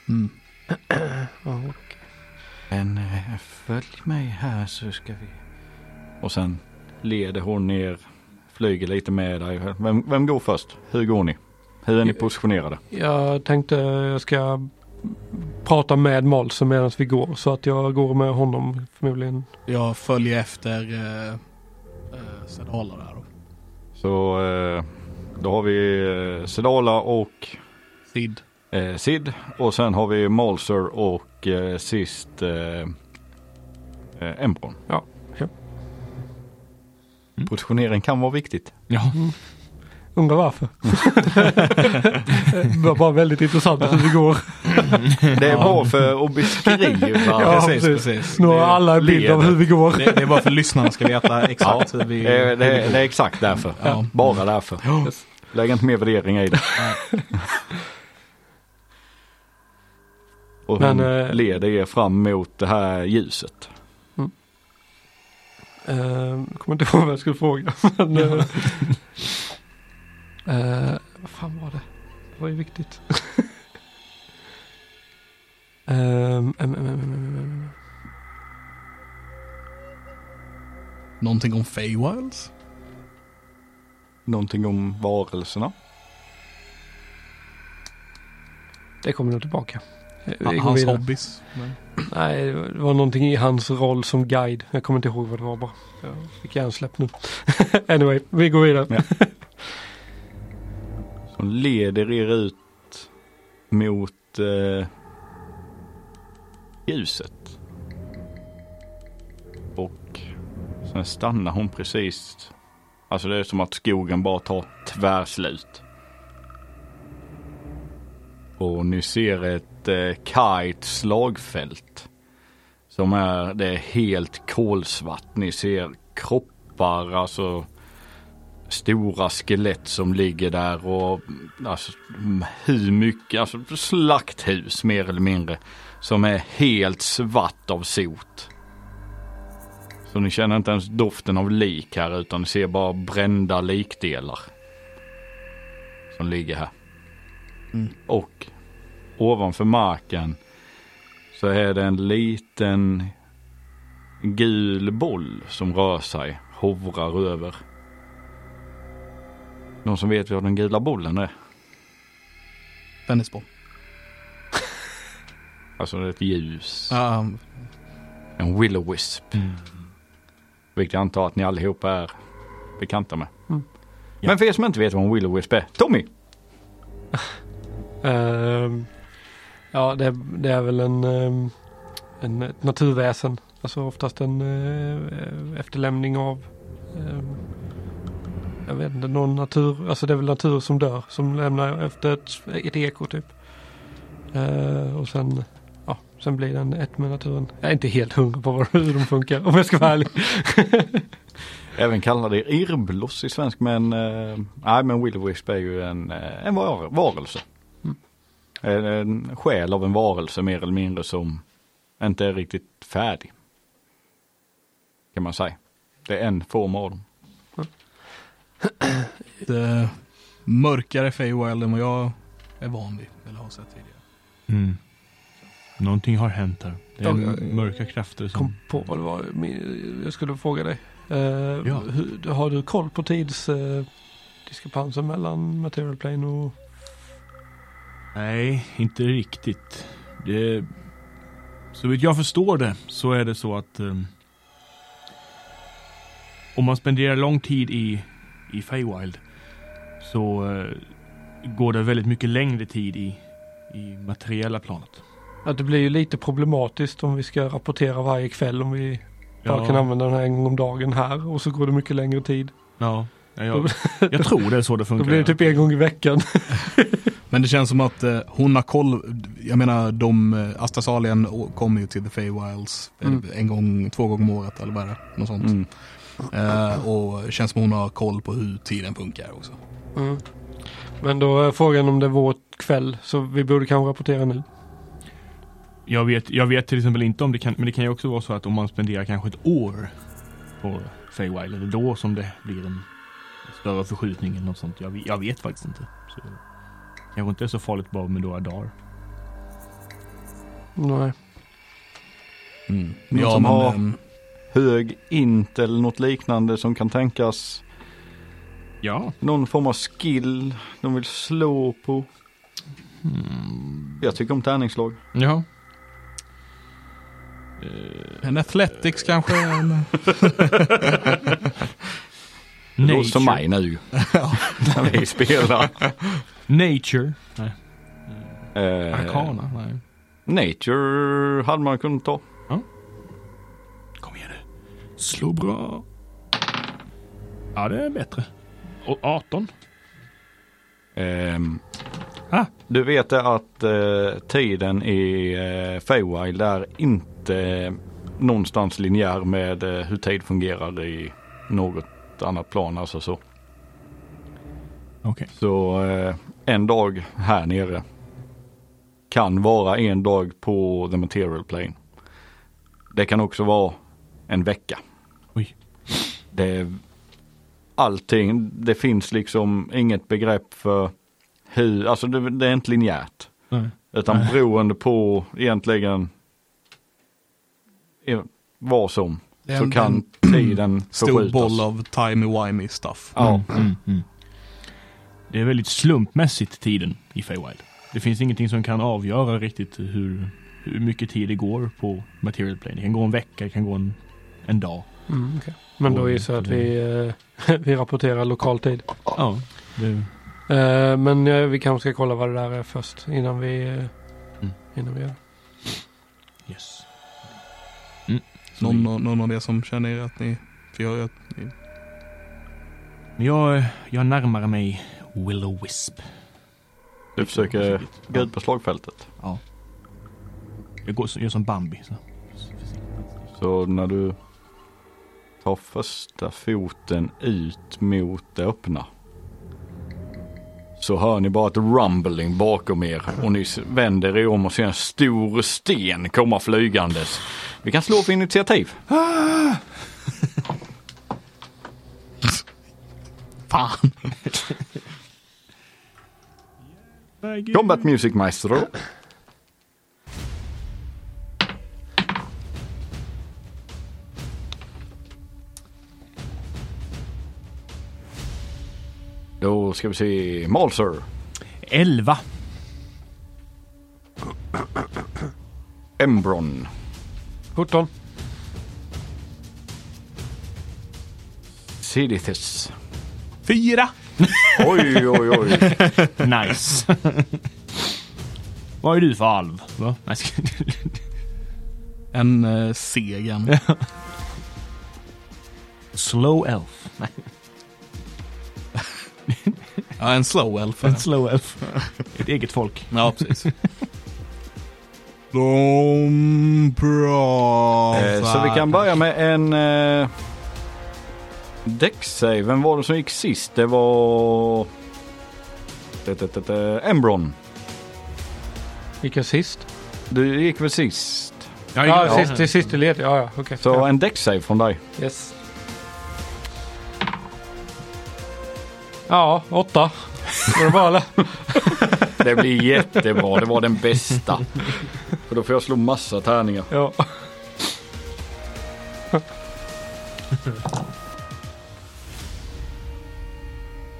Speaker 1: Mm.
Speaker 3: Ja, okej.
Speaker 2: Men eh, följ mig här så ska vi... Och sen leder hon ner, flyger lite med dig. Vem, vem går först? Hur går ni? Hur är ni positionerade?
Speaker 3: Jag tänkte jag ska prata med Malsen medan vi går så att jag går med honom förmodligen.
Speaker 1: Jag följer efter eh, eh, Sedala där då.
Speaker 2: Så eh, då har vi eh, Sedala och
Speaker 1: Sid.
Speaker 2: eh, Sid och sen har vi Malser och eh, sist eh, eh, Embron.
Speaker 3: Ja, Mm. ja.
Speaker 2: Positionering kan vara viktigt.
Speaker 4: Ja.
Speaker 3: Undrar varför. det var bara väldigt intressant att det går.
Speaker 2: Det är bra för att beskriva.
Speaker 3: Ja,
Speaker 1: precis,
Speaker 3: precis.
Speaker 1: precis.
Speaker 3: Nu har
Speaker 1: Det-
Speaker 3: alla en bild av hur vi går.
Speaker 1: Det, det är bara för lyssnarna ska veta exakt hur vi...
Speaker 2: Det, är, det, är, det är exakt därför.
Speaker 1: Ja. Eh,
Speaker 2: Bara därför.
Speaker 1: Yes.
Speaker 2: Lägg inte mer värdering i det. Och hon
Speaker 3: Men, eh,
Speaker 2: leder er fram mot det här ljuset.
Speaker 3: Uh, kommer inte ihåg vad jag skulle fråga. Men, eh, eh, vad fan var det? Det var ju viktigt. Ehm, em, em, em, em, em, em.
Speaker 1: Någonting om Feywilds?
Speaker 2: Någonting om varelserna.
Speaker 3: det kommer nog tillbaka. Eh, Vi går
Speaker 1: Hans
Speaker 3: vidare.
Speaker 1: hobbies? Nej.
Speaker 3: Nej, det var- det var någonting i hans roll som guide. Jag kommer inte ihåg vad det var bara. Jag fick hjärnsläpp nu. anyway, vi går vidare.
Speaker 2: Som leder er ut mot eh, ljuset. Och sen stannar hon precis. Alltså det är som att skogen bara tar tvärslut. Och ni ser ett eh, kargt slagfält. Som är, det är helt kolsvart. Ni ser kroppar, alltså stora skelett som ligger där och alltså, mm, hur mycket, alltså slakthus mer eller mindre. Som är helt svart av sot. Så ni känner inte ens doften av lik här utan ni ser bara brända likdelar. Som ligger här.
Speaker 1: Mm.
Speaker 2: Och ovanför marken så är det en liten gul boll som rör sig, hovrar över. Någon som vet vad den gula bollen är?
Speaker 1: Tennisboll?
Speaker 2: Alltså det är ett ljus.
Speaker 1: Ja, eh,
Speaker 2: En willow wisp. Vilket jag antar att ni allihopa är bekanta med.
Speaker 3: Mm.
Speaker 2: Men för er som inte vet vad en willow wisp är. Tommy!
Speaker 3: Ehm, ja, det, det är väl en, ehm, en ett naturväsen. Alltså oftast en eh, efterlämning av ehm, jag vet inte, någon natur, alltså det är väl natur som dör, som lämnar efter ett, ett eko typ. Eh, och sen, ja, sen blir den ett med naturen. Jag är inte helt hungrig på vad- hur de funkar om jag ska vara ärlig.
Speaker 2: Även kallade irrbloss i svensk men eh, nej men willow wisp är ju en, eh, en var- varelse. En, en själ av en varelse mer eller mindre som inte är riktigt färdig. Kan man säga. Det är en form av dem.
Speaker 1: ett, eh, mörkare Feywild än vad jag är van vid, eller har sett tidigare.
Speaker 4: Mm. Någonting har hänt här. Det är
Speaker 3: Ja,
Speaker 4: m-
Speaker 3: jag-
Speaker 4: mörka krafter som...
Speaker 3: kom på vad det var min- jag skulle fråga dig. Eh,
Speaker 1: Ja.
Speaker 3: hur, har du koll på tidsdiskrepansen mellan material plane och...
Speaker 4: Nej, inte riktigt. Det... Så vitt jag förstår det så är det så att ehm, om man spenderar lång tid i, i Feywild så eh, går det väldigt mycket längre tid i, i materiella planet.
Speaker 3: Ja, det blir ju lite problematiskt om vi ska rapportera varje kväll om vi bara kan använda den här en gång om dagen här och så går det mycket längre tid.
Speaker 4: ja. Ja, jag, jag tror det är så det funkar.
Speaker 3: Då blir det typ en gång i veckan.
Speaker 1: Men det känns som att eh, hon har koll. Jag menar, de, eh, Astasalien å- kommer ju till The Feywilds eh,
Speaker 3: Mm.
Speaker 1: en gång, två gånger om året eller vad är det? Något sånt.
Speaker 2: Mm.
Speaker 1: Eh, och det känns som hon har koll på hur tiden funkar också.
Speaker 3: Mm. Men då är frågan om det är vår kväll så vi borde kanske rapportera nu.
Speaker 4: Jag vet, jag vet till exempel inte om det kan, men det kan ju också vara så att om man spenderar kanske ett år på Feywild, är det då som det blir en större förskjutning eller något sånt. Jag, vet- jag vet faktiskt inte. Så, kanske inte är så farligt bara med några dagar.
Speaker 3: Nej.
Speaker 2: Någon
Speaker 1: Ja,
Speaker 2: som
Speaker 1: men,
Speaker 2: har-
Speaker 1: ehm,
Speaker 2: Hög int eller något liknande som kan tänkas
Speaker 4: Ja.
Speaker 2: Någon form av skill de vill slå på.
Speaker 4: Hmm.
Speaker 2: Jag tycker om tärningslag.
Speaker 4: Ja.
Speaker 1: en Athletics kanske? en-
Speaker 2: Det
Speaker 4: Nature.
Speaker 2: låter som mig nu. När vi spelar.
Speaker 4: Nature.
Speaker 2: Eh,
Speaker 4: Arkana. Nej.
Speaker 2: Nature hade man kunnat ta.
Speaker 4: Kom igen nu. Slå bra. Ja, det är bättre. Och 18.
Speaker 2: Ehm,
Speaker 4: Ah.
Speaker 2: Du vet det att eh, tiden i eh, Feywild är inte någonstans linjär med eh, hur tid fungerar i något annat plan. Alltså så.
Speaker 4: Okej.
Speaker 2: Så eh, en dag här nere kan vara en dag på the material plane. Det kan också vara en vecka.
Speaker 4: Oj.
Speaker 2: Det är allting, det finns liksom inget begrepp för hur, alltså det, det är inte linjärt.
Speaker 4: Nej.
Speaker 2: Utan
Speaker 4: Nej.
Speaker 2: beroende på egentligen eh, vad som
Speaker 1: Det är
Speaker 2: så
Speaker 1: en-
Speaker 2: kan tiden
Speaker 1: Stor boll
Speaker 2: förskjutas.
Speaker 1: av timey-wimey stuff.
Speaker 2: Ja,
Speaker 4: Mm, mm, mm. Det är väldigt slumpmässigt tiden i Feywild. Det finns ingenting som kan avgöra riktigt hur, hur mycket tid det går på material plane. Det kan gå en vecka, det kan gå en, en dag.
Speaker 3: Mm, okej. Men då gissar jag att vi, eh, vi rapporterar lokal tid.
Speaker 4: Ja, det,
Speaker 3: Eh, men eh, vi kanske ska kolla vad det där är först innan vi, eh,
Speaker 4: Mm.
Speaker 3: innan vi gör det.
Speaker 4: yes. Så
Speaker 1: Någon,
Speaker 4: vi-
Speaker 1: någon, någon av er som känner er att ni... För jag, jag,
Speaker 4: Men jag, jag närmar mig Willow Wisp.
Speaker 2: du försöker gå ut på slagfältet.
Speaker 4: Jag går, som- gör som Bambi. Så.
Speaker 2: Så när du tar första foten ut mot det öppna så hör ni bara ett rumbling bakom er och ni s- vänder er om och ser en stor sten komma flygandes. Vi kan slå för initiativ.
Speaker 1: fan!
Speaker 2: Combat Music Maestro. Då ska vi se Malser.
Speaker 4: Elva.
Speaker 2: Embron.
Speaker 3: 17.
Speaker 2: Sidithis.
Speaker 1: Fyra!
Speaker 2: Oj, oj, oj.
Speaker 4: Nice. Vad är du för alv? Va? Nej, ska-
Speaker 1: En eh, segen.
Speaker 4: Slow elf. Nej,
Speaker 1: Ja, en slow elf.
Speaker 4: en slow elf. Ett eget folk.
Speaker 1: Ja, precis. De pratar.
Speaker 2: Eh, Så vi kan börja med en eh, Dex-save. Vem var det som gick sist? Det var... Tetetetete, Embron.
Speaker 3: Vilken sist?
Speaker 2: Du gick väl sist?
Speaker 3: Ja,
Speaker 4: ja.
Speaker 3: sist, det är sist i led. Ja, ja, okej.
Speaker 2: Så en Dex-save från dig.
Speaker 3: ja. Yes. Ja, åtta. Var det bra eller?
Speaker 2: Det blir jättebra. Det var den bästa. För då får jag slå massa tärningar.
Speaker 3: Ja.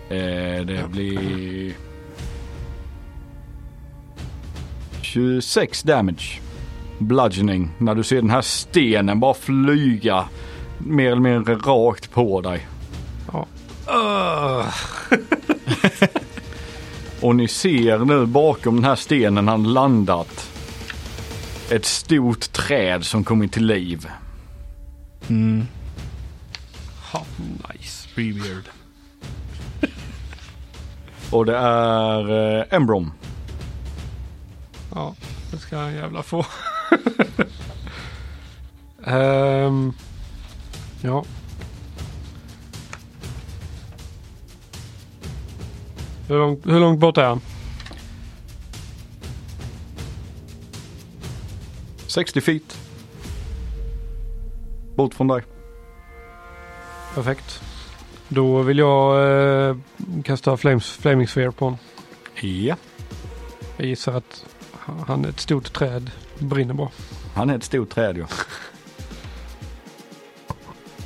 Speaker 2: Eh, det blir... 26 damage. Bludgeoning. När du ser den här stenen bara flyga mer eller mindre rakt på dig.
Speaker 3: Ja.
Speaker 2: Ugh. Och ni ser nu bakom den här stenen han landat. Ett stort träd som kommit till liv.
Speaker 1: Mm.
Speaker 2: Nice.
Speaker 1: Freebeard.
Speaker 2: Och det är eh, Embrom.
Speaker 3: Ja, det ska han jävla få. Ehm, ja. Hur långt, hur långt bort är han?
Speaker 2: 60 feet. Bort från dig.
Speaker 3: Perfekt. Då vill jag eh, kasta flames, Flaming Sphere på honom.
Speaker 2: Ja.
Speaker 3: Jag gissar att han är ett stort träd. Brinner bra.
Speaker 2: Han är ett stort träd ju.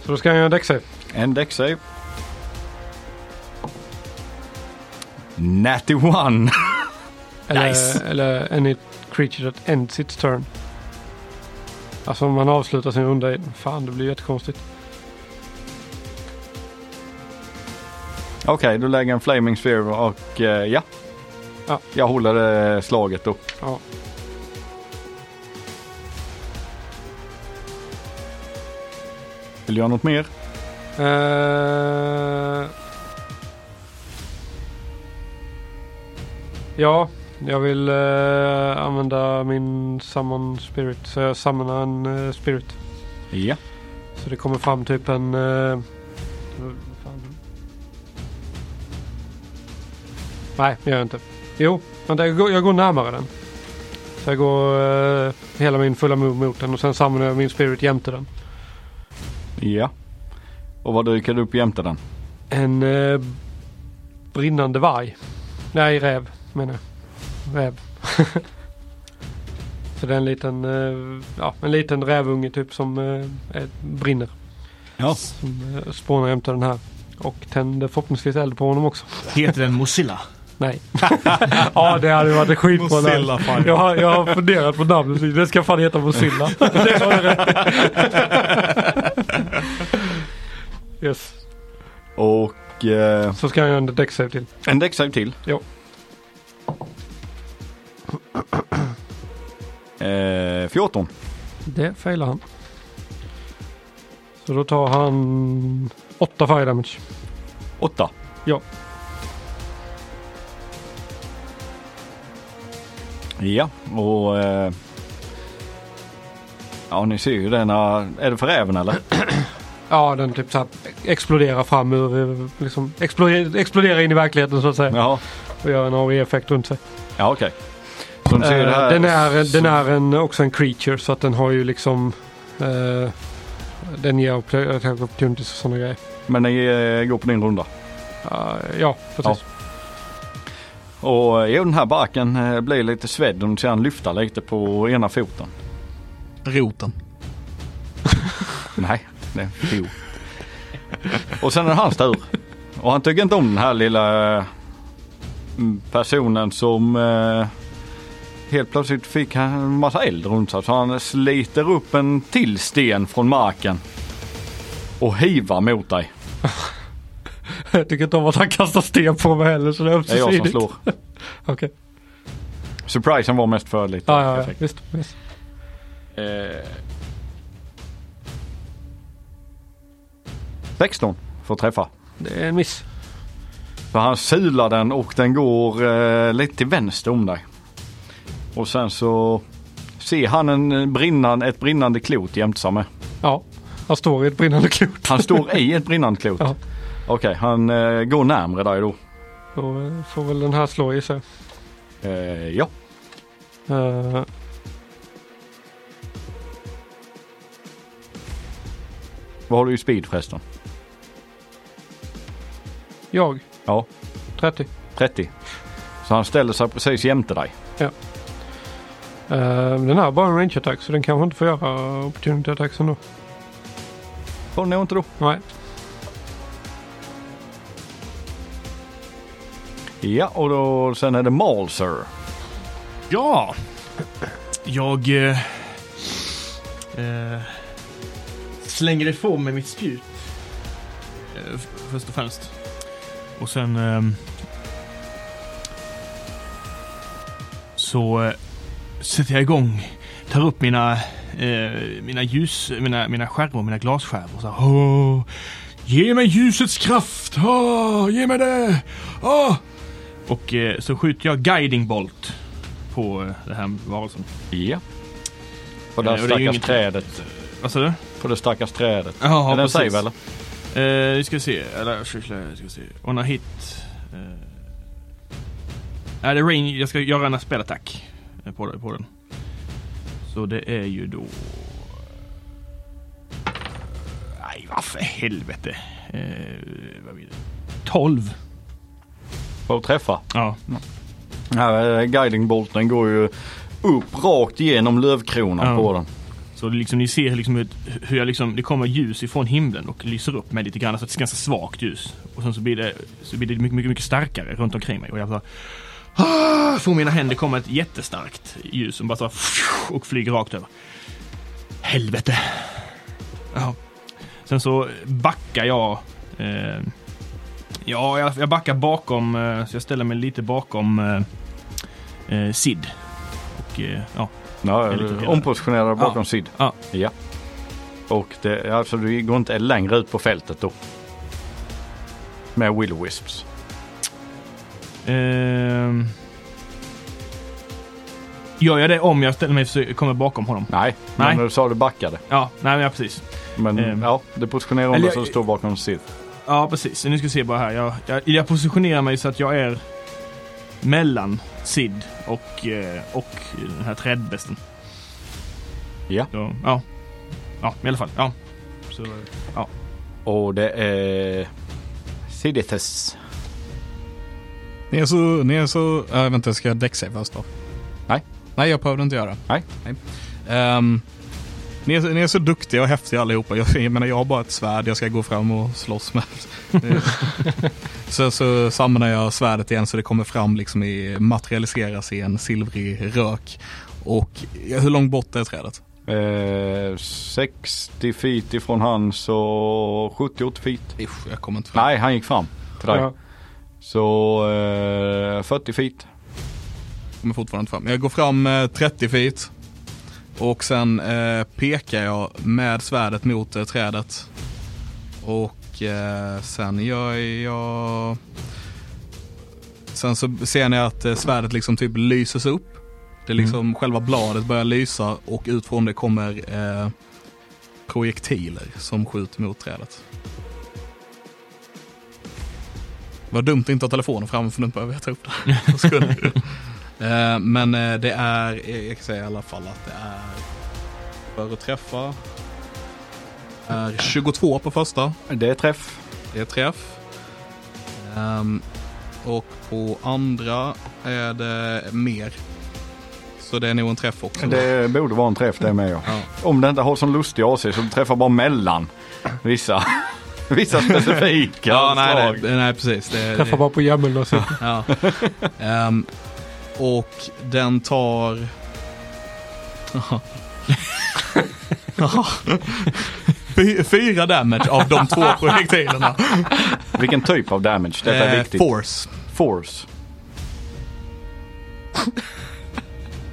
Speaker 3: Så då ska han göra en däcksave.
Speaker 2: En däcksave. Natty one.
Speaker 3: Eller,
Speaker 1: Nice.
Speaker 3: eller any creature that ends its turn. Alltså om man avslutar sin runda i Fan, det blir jättekonstigt.
Speaker 2: Okej, du lägger en flaming sphere och eh, ja.
Speaker 3: Ja.
Speaker 2: Jag håller eh, slaget då.
Speaker 3: Ja.
Speaker 2: Vill du göra något mer?
Speaker 3: Eh, Ja, jag vill eh, använda min summon spirit. Så jag summonar en eh, spirit.
Speaker 2: Ja.
Speaker 3: Så det kommer fram typ en... eh, vad fan? Nej, jag gör inte. Jo, vänta, jag går, jag går närmare den. Så jag går eh, hela min fulla move mot den och sen samlar jag min spirit jämte den.
Speaker 2: Ja. Och vad dyker upp jämte den?
Speaker 3: En eh, brinnande varg. Nej, räv menar jag. Räv. Så det är en liten, eh, ja, en liten rävunge typ som eh, är- brinner.
Speaker 2: Ja.
Speaker 3: Som eh, spånar jämte den här. Och tänder förhoppningsvis eld på honom också.
Speaker 4: Heter den Mozilla?
Speaker 3: Nej. ja, det hade varit ett skitbra namn.
Speaker 1: Mozilla Fire.
Speaker 3: Jag, har- jag har funderat på namnet. Det ska fan heta Mozilla. det har jag rätt. yes.
Speaker 2: Och eh,
Speaker 3: Så ska jag göra en deck save till.
Speaker 2: en däcksave till.
Speaker 3: Ja.
Speaker 2: Eh, 14.
Speaker 3: Det failar han. Så då tar han 8 fire damage.
Speaker 2: 8.
Speaker 3: Ja.
Speaker 2: Ja, och... Eh, ja, ni ser ju den. här- Är det för räven eller?
Speaker 3: Ja, den typ så här exploderar fram ur, eh, liksom exploderar, exploderar in i verkligheten så att säga.
Speaker 2: Ja,
Speaker 3: Och gör en AOE-effekt runt sig.
Speaker 2: ja okej. Så ni ser ju det här.
Speaker 3: Eh, den är, den är en, också en creature så att den har ju liksom eh, den ger opp- attack opportunities och sådana grejer.
Speaker 2: Men ni eh, går på din runda.
Speaker 3: Ja, ja, precis.
Speaker 2: Och jo, den här barken eh, blir lite svedd och ni ser han lyfta lite på ena foten.
Speaker 1: Roten.
Speaker 2: Nej, det är en fot. Och sen är det hans tur. Och han tycker inte om den här lilla eh, mm, personen som eh, helt plötsligt fick han en massa eld runt sig. Så han sliter upp en till sten från marken och hivar mot dig.
Speaker 3: Jag tycker inte om att han kastar sten på mig heller så det är
Speaker 2: Det är jag som
Speaker 3: ömsesidigt.
Speaker 2: slår.
Speaker 3: Okej.
Speaker 2: Surprisen var mest för lite
Speaker 3: Ja, ja, ja,
Speaker 2: effekt.
Speaker 3: visst. visst.
Speaker 2: Eh. 16 får träffa.
Speaker 3: Det är en miss.
Speaker 2: För han sular den och den går eh, lite till vänster om dig. Och sen så ser han en brinnan, ett brinnande klot jämte sig med.
Speaker 3: Ja, han står i ett brinnande klot.
Speaker 2: Han står i ett brinnande klot.
Speaker 3: Ja.
Speaker 2: Okej, han eh, går närmre dig då.
Speaker 3: Då eh, får väl den här slå i sig.
Speaker 2: Eh, ja,
Speaker 3: Eh,
Speaker 2: vad har du i speed förresten?
Speaker 3: jag,
Speaker 2: Ja,
Speaker 3: 30.
Speaker 2: 30. Så han ställer sig precis jämte dig.
Speaker 3: Eh, den här är bara en range attack så den kanske inte får göra opportunity attacks ändå.
Speaker 2: Får ni inte då?
Speaker 3: Nej.
Speaker 2: Ja, och då, sen är det Malser.
Speaker 4: Ja! Jag eh, eh, slänger ifrån mig mitt spjut. Eh, f- först och främst. Och sen... ehm, så eh, sätter jag igång. Tar upp mina, eh, mina ljus, mina, mina skärvor, mina glasskärvor. Så här, "Åh, ge mig ljusets kraft! Åh, ge mig det! Åh!" Och eh, så skjuter jag guiding bolt på eh, det här varelsen.
Speaker 2: Ja. På det, här
Speaker 4: Eh, och det är ju
Speaker 2: stackars
Speaker 4: inget-
Speaker 2: trädet.
Speaker 4: Vad sa du?
Speaker 2: På det stackars trädet.
Speaker 4: Ja,
Speaker 2: är det en save eller?
Speaker 4: Eh, vi ska se. Eller, jag ska- jag ska se. On a hit. Eh, nej, det är range. Jag ska göra en spelattack eh, på, det- på den. Så det är ju då... Nej, vad för helvete. Eh, vad blir det? 12.
Speaker 2: Får träffa.
Speaker 4: Ja.
Speaker 2: Ja, eh, guiding bolten går ju upp rakt igenom lövkronan
Speaker 4: Ja.
Speaker 2: på den.
Speaker 4: Så det liksom, ni ser liksom hur, hur jag liksom, det kommer ljus ifrån himlen och lyser upp mig lite grann. Så det är ganska svagt ljus. Och sen så blir det, så blir det mycket, mycket, mycket starkare runt omkring mig. Och jag bara... Ah, från mina händer kommer ett jättestarkt ljus som bara så här, och flyger rakt över. Helvete. Ja. Sen så backar jag. Eh, ja, jag, jag backar bakom, eh, så jag ställer mig lite bakom eh, eh, Sid. Och eh, ja,
Speaker 2: Ja,
Speaker 4: är lite
Speaker 2: ompositionerad bakom
Speaker 4: Ja.
Speaker 2: Sid.
Speaker 4: Ja.
Speaker 2: ja. Och det, alltså du går inte längre ut på fältet då. Med Will Wisps.
Speaker 4: Ehm, Gör jag det om jag ställer mig försö- kommer bakom honom?
Speaker 2: Nej,
Speaker 4: Nej.
Speaker 2: men du sa du backade.
Speaker 4: Ja, nej men ja, precis.
Speaker 2: Men
Speaker 4: Ehm.
Speaker 2: ja, du positionerar om
Speaker 4: Eller
Speaker 2: dig
Speaker 4: jag-
Speaker 2: så du står bakom Sith.
Speaker 4: Ja, precis. Nu ska vi se bara här. Jag, jag, jag positionerar mig så att jag är mellan Sid och, eh, och den här trädbesten.
Speaker 2: Ja.
Speaker 4: Då, ja. Ja, i alla fall. Ja. Så, ja.
Speaker 2: Och det är Sidithus.
Speaker 1: Ni är så... Ni är så äh, vänta, ska jag däcksa först då?
Speaker 2: Nej.
Speaker 1: Nej, jag behövde inte göra.
Speaker 2: Nej.
Speaker 1: Ehm, ni, är, så- ni är så duktiga och häftiga allihopa. Jag, jag menar, jag har bara ett svärd jag ska gå fram och slåss med. Eh, så, så samlar jag svärdet igen så det kommer fram liksom i, materialiseras i en silvrig rök. Och eh, hur långt bort är trädet?
Speaker 2: Eh, 60 feet ifrån han så 70-80 feet.
Speaker 1: Usch, jag kommer inte fram.
Speaker 2: Nej, han gick fram till dig.
Speaker 3: Ja.
Speaker 2: Så eh, 40 feet.
Speaker 1: kommer fortfarande inte fram. Jag går fram eh, 30 feet och sen eh, pekar jag med svärdet mot eh, trädet. Och eh, sen gör jag... Sen så ser ni att eh, svärdet liksom typ lyses upp. Det är liksom själva bladet börjar lysa och ut från det kommer eh, projektiler som skjuter mot trädet. Vad dumt att inte ha telefonen framme för nu behöver jag ta upp den. Vad skulle- Eh, men eh, det är, eh, jag kan säga i alla fall att det är för att träffa är 22 på första.
Speaker 2: Det är träff.
Speaker 1: Det är träff. Ehm, och på andra är det mer. Så det är nog en träff också.
Speaker 2: Det borde vara en träff det med ja.
Speaker 1: Ja.
Speaker 2: Om det inte har sån lustig AC så det träffar bara mellan vissa, vissa specifika
Speaker 1: Ja, nej,
Speaker 2: slag.
Speaker 1: det, nej, precis. Det,
Speaker 3: Träffar
Speaker 1: det,
Speaker 3: bara på jämmen och så.
Speaker 1: ja. Ehm, och den tar... Fy- Fyra damage av de två projektilerna.
Speaker 2: Vilken typ av damage? Detta är
Speaker 1: Eh,
Speaker 2: viktigt.
Speaker 1: Force.
Speaker 2: Force.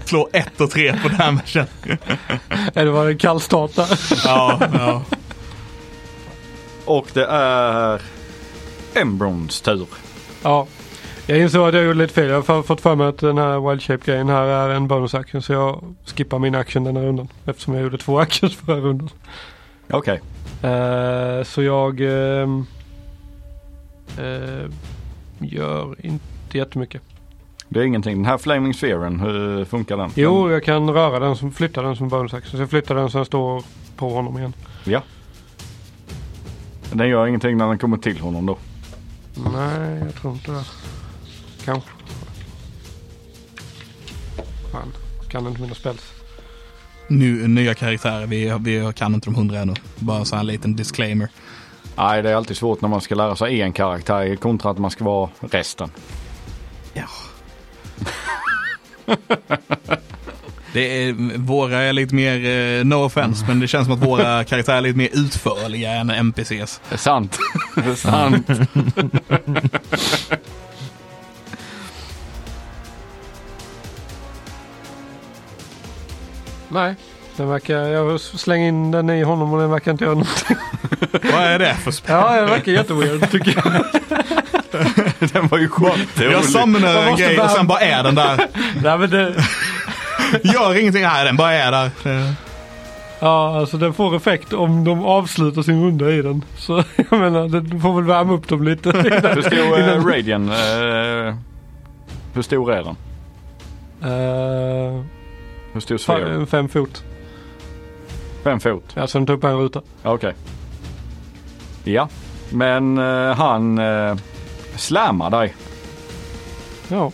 Speaker 1: Slå 1 och 3 på damagen.
Speaker 3: Eller var det en kall start där?
Speaker 1: ja, ja.
Speaker 2: Och det är Embrons tur.
Speaker 3: Ja. Jag insåg att jag gjorde lite fel. Jag har för- fått för mig att den här wild shape grejen här är en bonus action. Så jag skippar min action den här rundan. Eftersom jag gjorde två actions förra rundan.
Speaker 2: Okej.
Speaker 3: Eh, så jag ehm, eh, gör inte jättemycket.
Speaker 2: Det är ingenting. Den här Flaming Sphearen, hur funkar den?
Speaker 3: Jo, jag kan röra den, som flytta den som bonus action. Så jag flyttar den så den står på honom igen.
Speaker 2: Ja. Den gör ingenting när den kommer till honom då.
Speaker 3: Nej, jag tror inte det. Kanske. Fan, kan inte mina spells.
Speaker 1: Nu, nya karaktärer, vi, vi kan inte de hundra ännu. Bara så här en liten disclaimer.
Speaker 2: Nej, det är alltid svårt när man ska lära sig en karaktär kontra att man ska vara resten.
Speaker 1: Det är, våra är lite mer, eh, no offense, men det känns som att våra karaktärer är lite mer utförliga än NPCs.
Speaker 2: Det är sant. det är sant.
Speaker 3: Nej, den verkar, jag slänger in den i honom och den verkar inte göra någonting.
Speaker 1: Vad är det för spel?
Speaker 3: Ja, den verkar jätteweird tycker jag.
Speaker 2: den var ju
Speaker 1: Jag
Speaker 2: skitdålig.
Speaker 1: samlar en
Speaker 3: måste
Speaker 1: grej och
Speaker 3: bara-
Speaker 1: sen bara är den där.
Speaker 3: Nej, men det,
Speaker 1: Gör ingenting, nej den bara är där. Eh,
Speaker 3: ja, alltså den får effekt om de avslutar sin runda i den. Så jag menar, den får väl värma upp dem lite.
Speaker 2: Hur stor är Radian? eh, hur stor är den?
Speaker 3: Eh,
Speaker 2: Hur stor Sphere?
Speaker 3: fem, fem fot.
Speaker 2: Fem fot?
Speaker 3: Alltså den tar upp en ruta.
Speaker 2: Okej. Ja, men eh, han uh, slammar dig.
Speaker 3: Ja.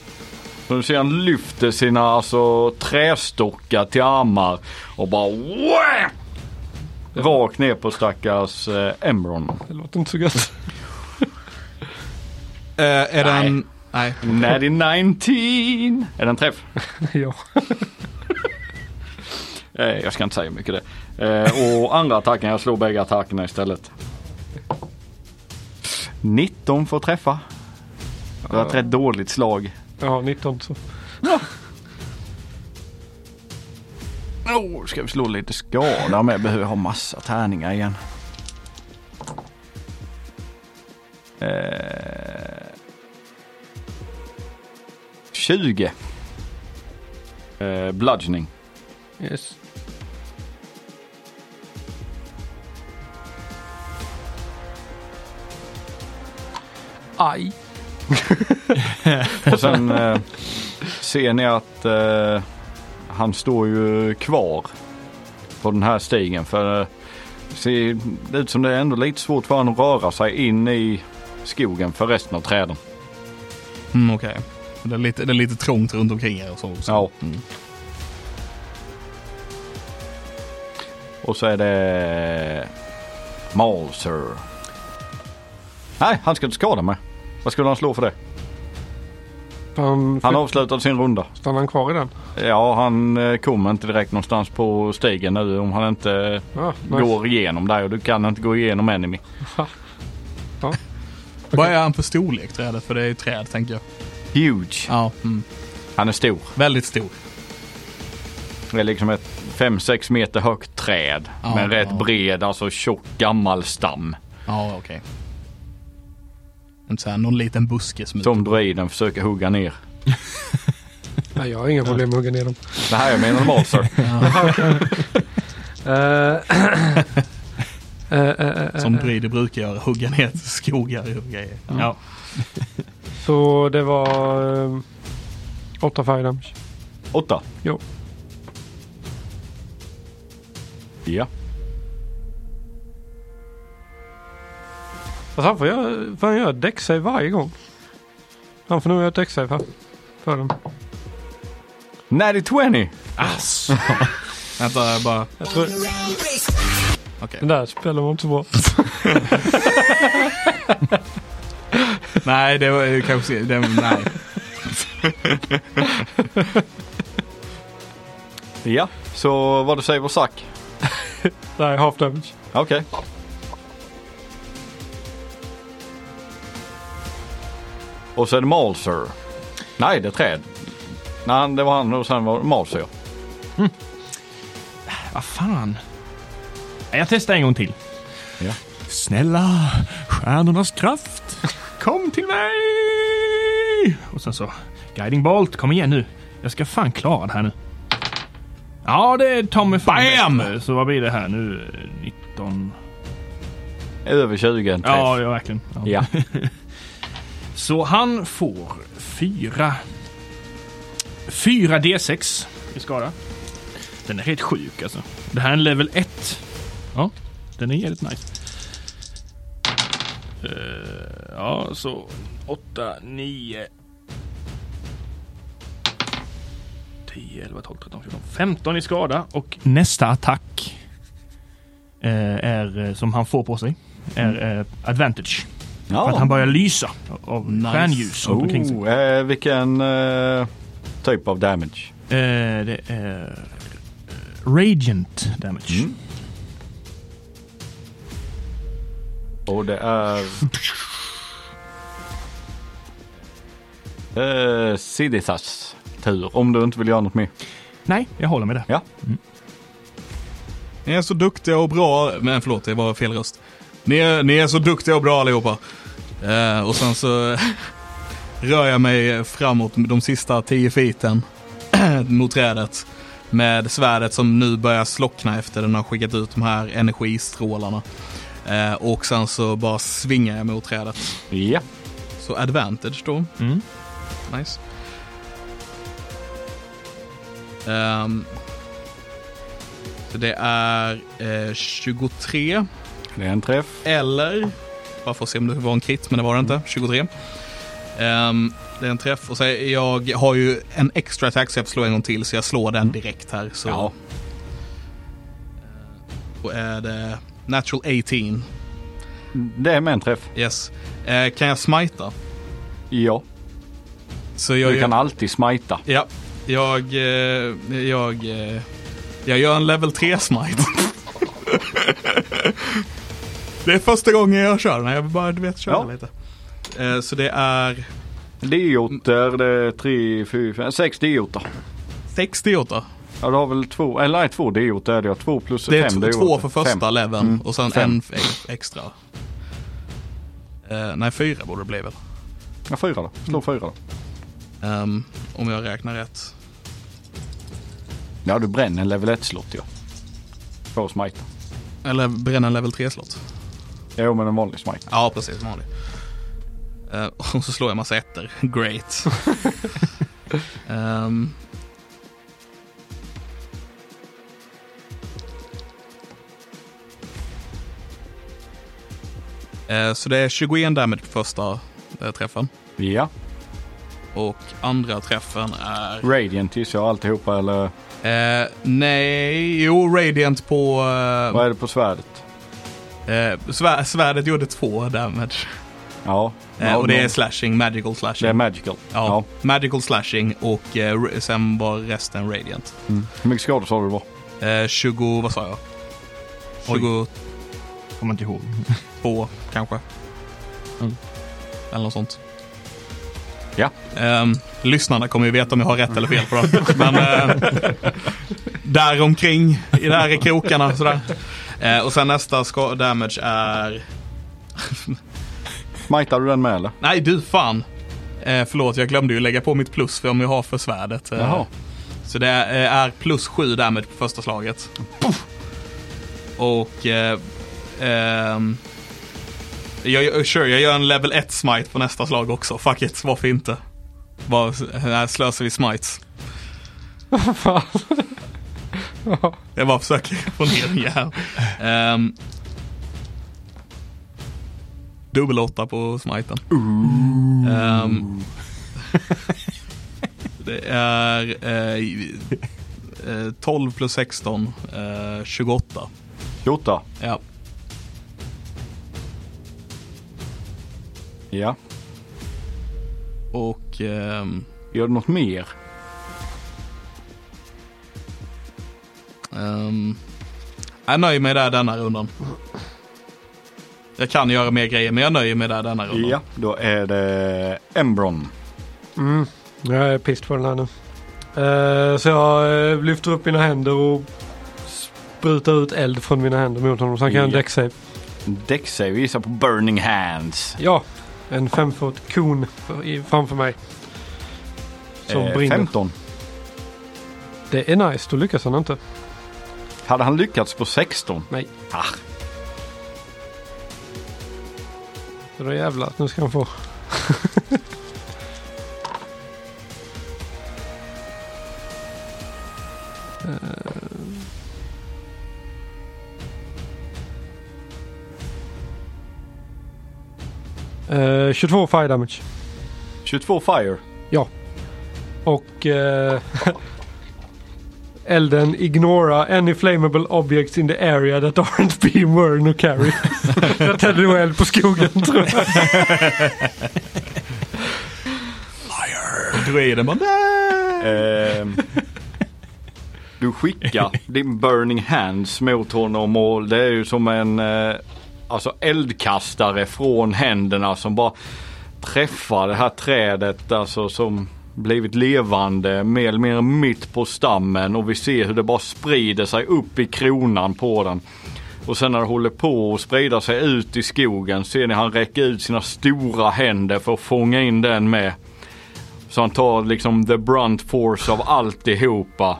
Speaker 2: Så du ser han lyfter sina alltså, trästockar till armar och bara wham! Rakt ner på stackars eh, Emron.
Speaker 3: Det låter inte så gött.
Speaker 1: är
Speaker 2: Nej.
Speaker 1: den... Nej.
Speaker 2: 19! Är det en träff?
Speaker 3: ja.
Speaker 2: Eh, jag ska inte säga mycket det. Eh, och andra attacken, jag slår bägge attackerna istället. 19 får träffa. Det var ett rätt dåligt slag.
Speaker 3: ja, 19 så.
Speaker 2: Oh, ska vi slå lite skada med. Behöver ha massa tärningar igen. Eh, 20. Eh, bludgeoning.
Speaker 3: Yes. Aj.
Speaker 2: Och sen eh, ser ni att eh, han står ju kvar på den här stigen. För eh, det ser ut som det är ändå lite svårt för honom att röra sig in i skogen för resten av träden.
Speaker 1: Mm, Okej. Det, är lite- det är lite trångt runt omkring er och så också.
Speaker 2: Ja.
Speaker 1: Mm.
Speaker 2: Och så är det Malser. Nej, han ska inte skada mig. Vad skulle han slå för det?
Speaker 3: Han,
Speaker 2: Han
Speaker 3: han
Speaker 2: avslutade sin runda.
Speaker 3: stannar han kvar i den?
Speaker 2: Ja, han eh, kommer inte direkt någonstans på stigen nu om han inte eh,
Speaker 3: Ja, nice.
Speaker 2: går igenom där. Och du kan inte gå igenom enemy.
Speaker 1: Vad är han för storlek trädet? För det är ju träd tänker jag.
Speaker 2: Huge.
Speaker 1: Ja, mm.
Speaker 2: Han är stor.
Speaker 1: Väldigt stor.
Speaker 2: Det är liksom ett 5-6 meter högt träd.
Speaker 1: Ja,
Speaker 2: med rätt
Speaker 1: ja.
Speaker 2: bred, alltså tjock gammal stam.
Speaker 1: Ja, okej. Inte så här någon liten buske som...
Speaker 2: Som druiden försöker hugga ner.
Speaker 3: Nej, jag har inga problem med att hugga ner dem.
Speaker 2: Det här är menar Malser.
Speaker 3: Eh, eh, eh,
Speaker 1: Som
Speaker 3: eh.
Speaker 1: Bride brukar göra, hugga ner till skogar och grejer. Ja.
Speaker 4: Ja.
Speaker 3: Så det var eh, åtta fire damage.
Speaker 2: Åtta.
Speaker 3: Jo.
Speaker 2: Ja.
Speaker 3: Alltså han får göra, får han göra däcksave varje gång. Han får nog göra däcksave här. För dem.
Speaker 2: Natty 20.
Speaker 1: Asså. Vänta, jag bara...
Speaker 3: Jag tror,
Speaker 1: Okej.
Speaker 3: den där spelen var inte så bra.
Speaker 1: Nej, det var ju kanske... Det, nej.
Speaker 2: Ja, så vad du säger var Zack?
Speaker 3: Nej, half damage.
Speaker 2: Okej. Och så är det Malser. Nej, det är träd. Nej, han- det var han och sen var det Malser. ja.
Speaker 4: Vad fan? Nej, Jag testar en gång till.
Speaker 2: Ja.
Speaker 4: Snälla, stjärnornas kraft, kom till mig! Och sen så, guiding bolt, kom igen nu. Jag ska fan klara det här nu. Ja, det tar mig fan
Speaker 1: Bam!
Speaker 4: bäst nu. Så vad blir det här nu? Eh, 19...
Speaker 2: Över 20 en träff.
Speaker 4: Ja, ja verkligen. Ja.
Speaker 2: ja.
Speaker 4: Så han får fyra... Fyra D6 i skada. Den är helt sjuk alltså. Det här är en level 1. Ja, den är jävligt nice. Eh, ja, så 8, 9... 10, 11, 12, 13, 14, 15 i skada och nästa attack eh, är eh, som han får på sig är eh, advantage. För att han börjar lysa av
Speaker 1: Nice.
Speaker 4: stjärnljus runt omkring sig.
Speaker 2: oh, eh, Vilken eh, typ av damage?
Speaker 4: Eh, det är eh, radiant damage.
Speaker 2: Mm. Och det är... Eh, Siditas tur, om du inte vill göra något mer.
Speaker 4: Nej, jag håller med där.
Speaker 2: Ja.
Speaker 1: Ni är så duktiga och bra. Men förlåt, det var fel röst. Ni är, ni är så duktiga och bra allihopa. Eh, och sen så rör jag mig framåt de sista tio feeten mot trädet. Med svärdet som nu börjar slockna efter den har skickat ut de här energistrålarna. Eh, och sen så bara svingar jag mot trädet.
Speaker 2: Ja.
Speaker 1: Så advantage då.
Speaker 4: Mm.
Speaker 1: Nice. Ehm, så det är eh, 23
Speaker 2: Det är en träff.
Speaker 1: eller, bara för att se om det var en krit, men det var det inte, 23. Ehm, det är en träff och så är- jag har ju en extra attack så jag får slå en gång till så jag slår den direkt här. Så.
Speaker 2: Ja.
Speaker 1: Och är det natural 18,
Speaker 2: Det är med en träff.
Speaker 1: yes. Eh, kan jag smita?
Speaker 2: Ja.
Speaker 1: Så jag
Speaker 2: Du
Speaker 1: gör-
Speaker 2: kan alltid smita.
Speaker 1: Ja, jag, eh, jag, eh, jag gör en level 3 smite. det är första gången jag kör den här, jag vill bara du vet köra
Speaker 2: Ja.
Speaker 1: lite. Eh, Så det är
Speaker 2: Dioter, det är tre, fyra, fem, sex dioter.
Speaker 1: 6 D8.
Speaker 2: Ja, du har väl två, eller nej, två dioter är det ja. Två plus
Speaker 1: Det är
Speaker 2: fem
Speaker 1: t- två för
Speaker 2: dioter.
Speaker 1: första
Speaker 2: Fem. Mm.
Speaker 1: leveln och sen
Speaker 2: Fem.
Speaker 1: en f- extra. Eh, nej, fyra borde det bli väl.
Speaker 2: Ja, fyra då. Slå fyra då.
Speaker 1: Ehm, om jag räknar rätt.
Speaker 2: Ja, du bränner en level 1-slott ja. För att smita.
Speaker 1: Eller bränna en level 3-slott.
Speaker 2: Jo, men en vanlig smite.
Speaker 1: Ja, precis. Vanlig. Eh, och så slår jag massa ettor. Great. Ehm. Eh, Så det är 21 damage på första eh, träffen.
Speaker 2: Ja.
Speaker 1: Och andra träffen är...
Speaker 2: Radiant gissar jag alltihopa eller
Speaker 1: Eh, nej, jo, Radiant på...
Speaker 2: vad är det på svärdet?
Speaker 1: eh, eh, svär, svärdet gjorde två damage.
Speaker 2: Ja.
Speaker 1: Eh,
Speaker 2: Ja,
Speaker 1: och det är
Speaker 2: no.
Speaker 1: slashing, magical
Speaker 2: det
Speaker 1: slashing.
Speaker 2: är magical.
Speaker 1: ja, Magical slashing och eh, ra- sen var resten radiant.
Speaker 2: Mm. Hur mycket skador sa du det var?
Speaker 1: Eh, 20, vad sa jag? 22
Speaker 4: Kommer inte ihåg.
Speaker 1: kanske. Mm. Eller något sånt.
Speaker 2: Ja.
Speaker 1: Ehm, lyssnarna kommer ju veta om jag har rätt eller fel på det. Men eh, där omkring, i där i krokarna sådär. Eh, och sen nästa ska- damage är...
Speaker 2: Smitar du den med eller?
Speaker 1: Nej du fan! Eh, förlåt, jag glömde ju lägga på mitt plus för om jag har för svärdet. Eh,
Speaker 2: Jaha.
Speaker 1: Så det eh, är plus 7 damage på första slaget. Och... Eh, ehm, jag, jag, sure, jag gör en level 1 smite på nästa slag också. Fuck it, varför inte? Bara, här slösar vi smites. jag bara försöker få ner det igen. Ehm, dubbel 8 på smiten. Ehm, det är eh, eh, 12 plus 16, eh, 28.
Speaker 2: Jota.
Speaker 1: Ja.
Speaker 2: Ja.
Speaker 1: Och ehm,
Speaker 2: Gör du något mer?
Speaker 1: ehm, jag nöjer mig där denna rundan. Jag kan göra mer grejer men jag nöjer mig där denna rundan.
Speaker 2: Ja. Då är det Embron.
Speaker 3: Mm. Jag är pissed på den här nu. Eh, så jag eh, lyfter upp mina händer och sprutar ut eld från mina händer mot honom. Så han kan göra en
Speaker 2: Ja.
Speaker 3: däcksave.
Speaker 2: Däcksave gissar på Burning Hands.
Speaker 3: Ja, en femfot kon f- i- framför mig. Som
Speaker 2: Eh,
Speaker 3: brinner.
Speaker 2: 15.
Speaker 3: Det är nice, då lyckas han inte.
Speaker 2: Hade han lyckats på 16?
Speaker 3: Nej.
Speaker 2: Ah,
Speaker 3: Så då jävlar, nu ska han få. Eh. Eh, 22 fire damage.
Speaker 2: 22 fire.
Speaker 3: Och eh, elden ignora any flammable objects in the area that aren't being worn or carried. jag tände nog eld på skogen tror jag.
Speaker 1: Druiden bara nej!
Speaker 2: Ehm, du skickar din burning hands mot honom och det är ju som en eh, alltså eldkastare från händerna som bara träffar det här trädet alltså som blivit levande mer eller mindre mitt på stammen och vi ser hur det bara sprider sig upp i kronan på den. Och sen när det håller på att sprida sig ut i skogen ser ni han räcker ut sina stora händer för att fånga in den med. Så han tar liksom the brunt force av alltihopa.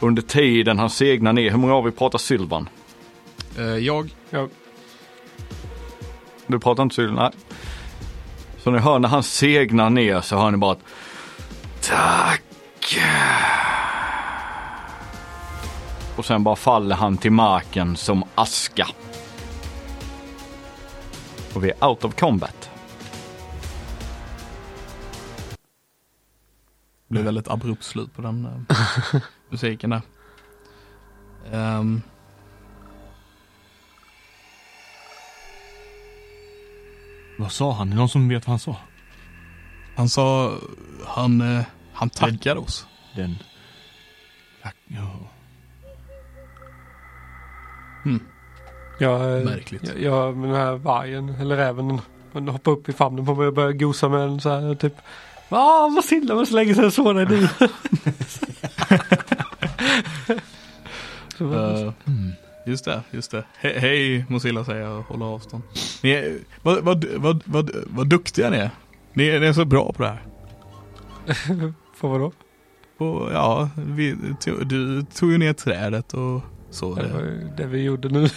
Speaker 2: Under tiden han segnar ner. Hur många har vi pratat Sylvan?
Speaker 1: Eh, jag,
Speaker 3: Ja,
Speaker 2: Du pratar inte Sylvan? Nej. Så ni hör när han segnar ner så hör ni bara att Tack! Och sen bara faller han till marken som aska. Och vi är out of combat.
Speaker 1: blev väldigt abrupt slut på den eh, musiken där. Ehm.
Speaker 4: Vad sa han? Är det någon som vet vad han sa?
Speaker 1: han sa, han, eh, han tackade oss.
Speaker 4: Den... Tack. Ja.
Speaker 3: jag, eh,
Speaker 1: Märkligt.
Speaker 3: Jag, jag, den här vargen, eller räven, den- den hoppar upp i famnen på mig och börjar gosa med den så här typ. Ah, vad snäll, det var så länge sedan jag såg dig nu. Så bara,
Speaker 1: Eh, Just det, just det. He hej Mozilla säger jag och håller avstånd. Ni är, vad, vad, vad, vad, vad duktiga ni är. Ni är, ni är så bra på det här.
Speaker 3: För vadå?
Speaker 1: på, ja, vi, to, du tog ju ner trädet och så.
Speaker 3: Det var ju det vi gjorde nu.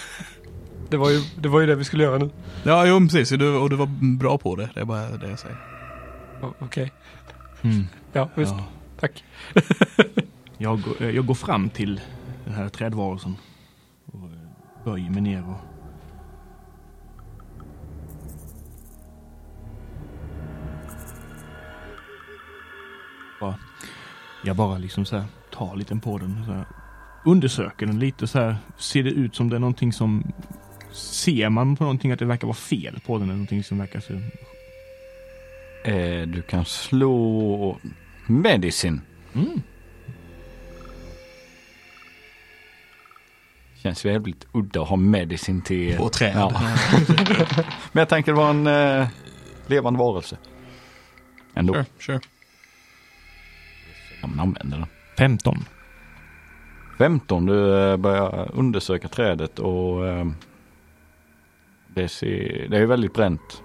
Speaker 3: Det var ju det, var ju det vi skulle göra nu.
Speaker 1: Ja, jo, men precis. Du, och du var bra på det. Det är bara det jag säger.
Speaker 3: O- Okej,
Speaker 4: Mm.
Speaker 3: ja visst.
Speaker 4: Ja.
Speaker 3: Tack.
Speaker 4: Jag, går- eh, jag går fram till den här trädvarelsen och eh, böjer mig ner och... Bara, jag bara liksom så här tar lite på den. Så här, undersöker den lite så här. Ser det ut som det är någonting som... Ser man på någonting att det verkar vara fel på den? Eller någonting som verkar så...
Speaker 2: Eh, du kan slå medicin.
Speaker 4: Mm.
Speaker 2: Känns ju jävligt udda att ha medicin till...
Speaker 1: På träd.
Speaker 2: Ja. Men jag tänker det var en eh, levande varelse. Ändå.
Speaker 1: Sure, sure.
Speaker 2: Ja, man använder den.
Speaker 4: 15.
Speaker 2: 15, du eh, börjar undersöka trädet och eh, det, ser, det är väldigt bränt.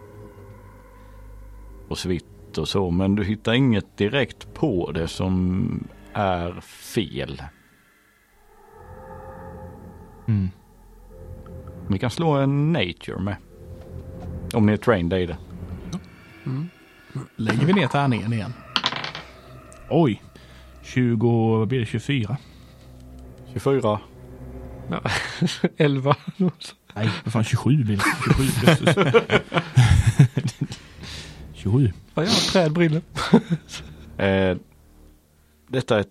Speaker 2: Och svitt och så, men du hittar inget direkt på det som är fel.
Speaker 4: Mm.
Speaker 2: Ni kan slå en nature med. Om ni är trained i det.
Speaker 1: Lägger vi ner tärningen igen?
Speaker 4: Oj! 20, vad blir det? 24?
Speaker 2: 24.
Speaker 3: Elva.
Speaker 4: Nej, vad fan 27 blir det. 27, jösses. 27.
Speaker 3: Vad jag trädbrillor.
Speaker 2: Eh, detta är ett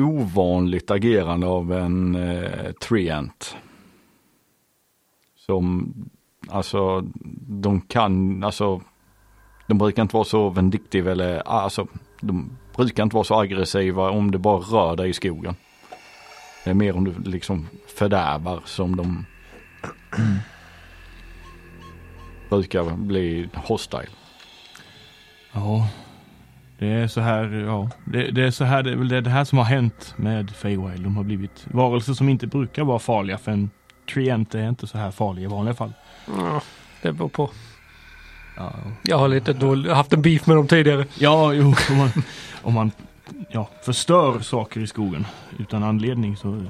Speaker 2: ovanligt agerande av en eh, treant. Som, alltså, de kan, alltså, de brukar inte vara så vindiktiva eller, alltså, de brukar inte vara så aggressiva om det bara rör dig i skogen. Det är mer om du liksom fördärvar som de brukar bli hostile.
Speaker 4: Ja, det är så här, ja. Det, det är så här, det är väl det, det här som har hänt med Feywild. De har blivit varelser som inte brukar vara farliga för en Trient är inte så här farlig i vanliga fall.
Speaker 3: Ja, det beror på.
Speaker 4: Ja,
Speaker 3: Jag har lite dålig, haft en beef med dem tidigare.
Speaker 4: ja jo, om man, om man ja, förstör saker i skogen utan anledning så,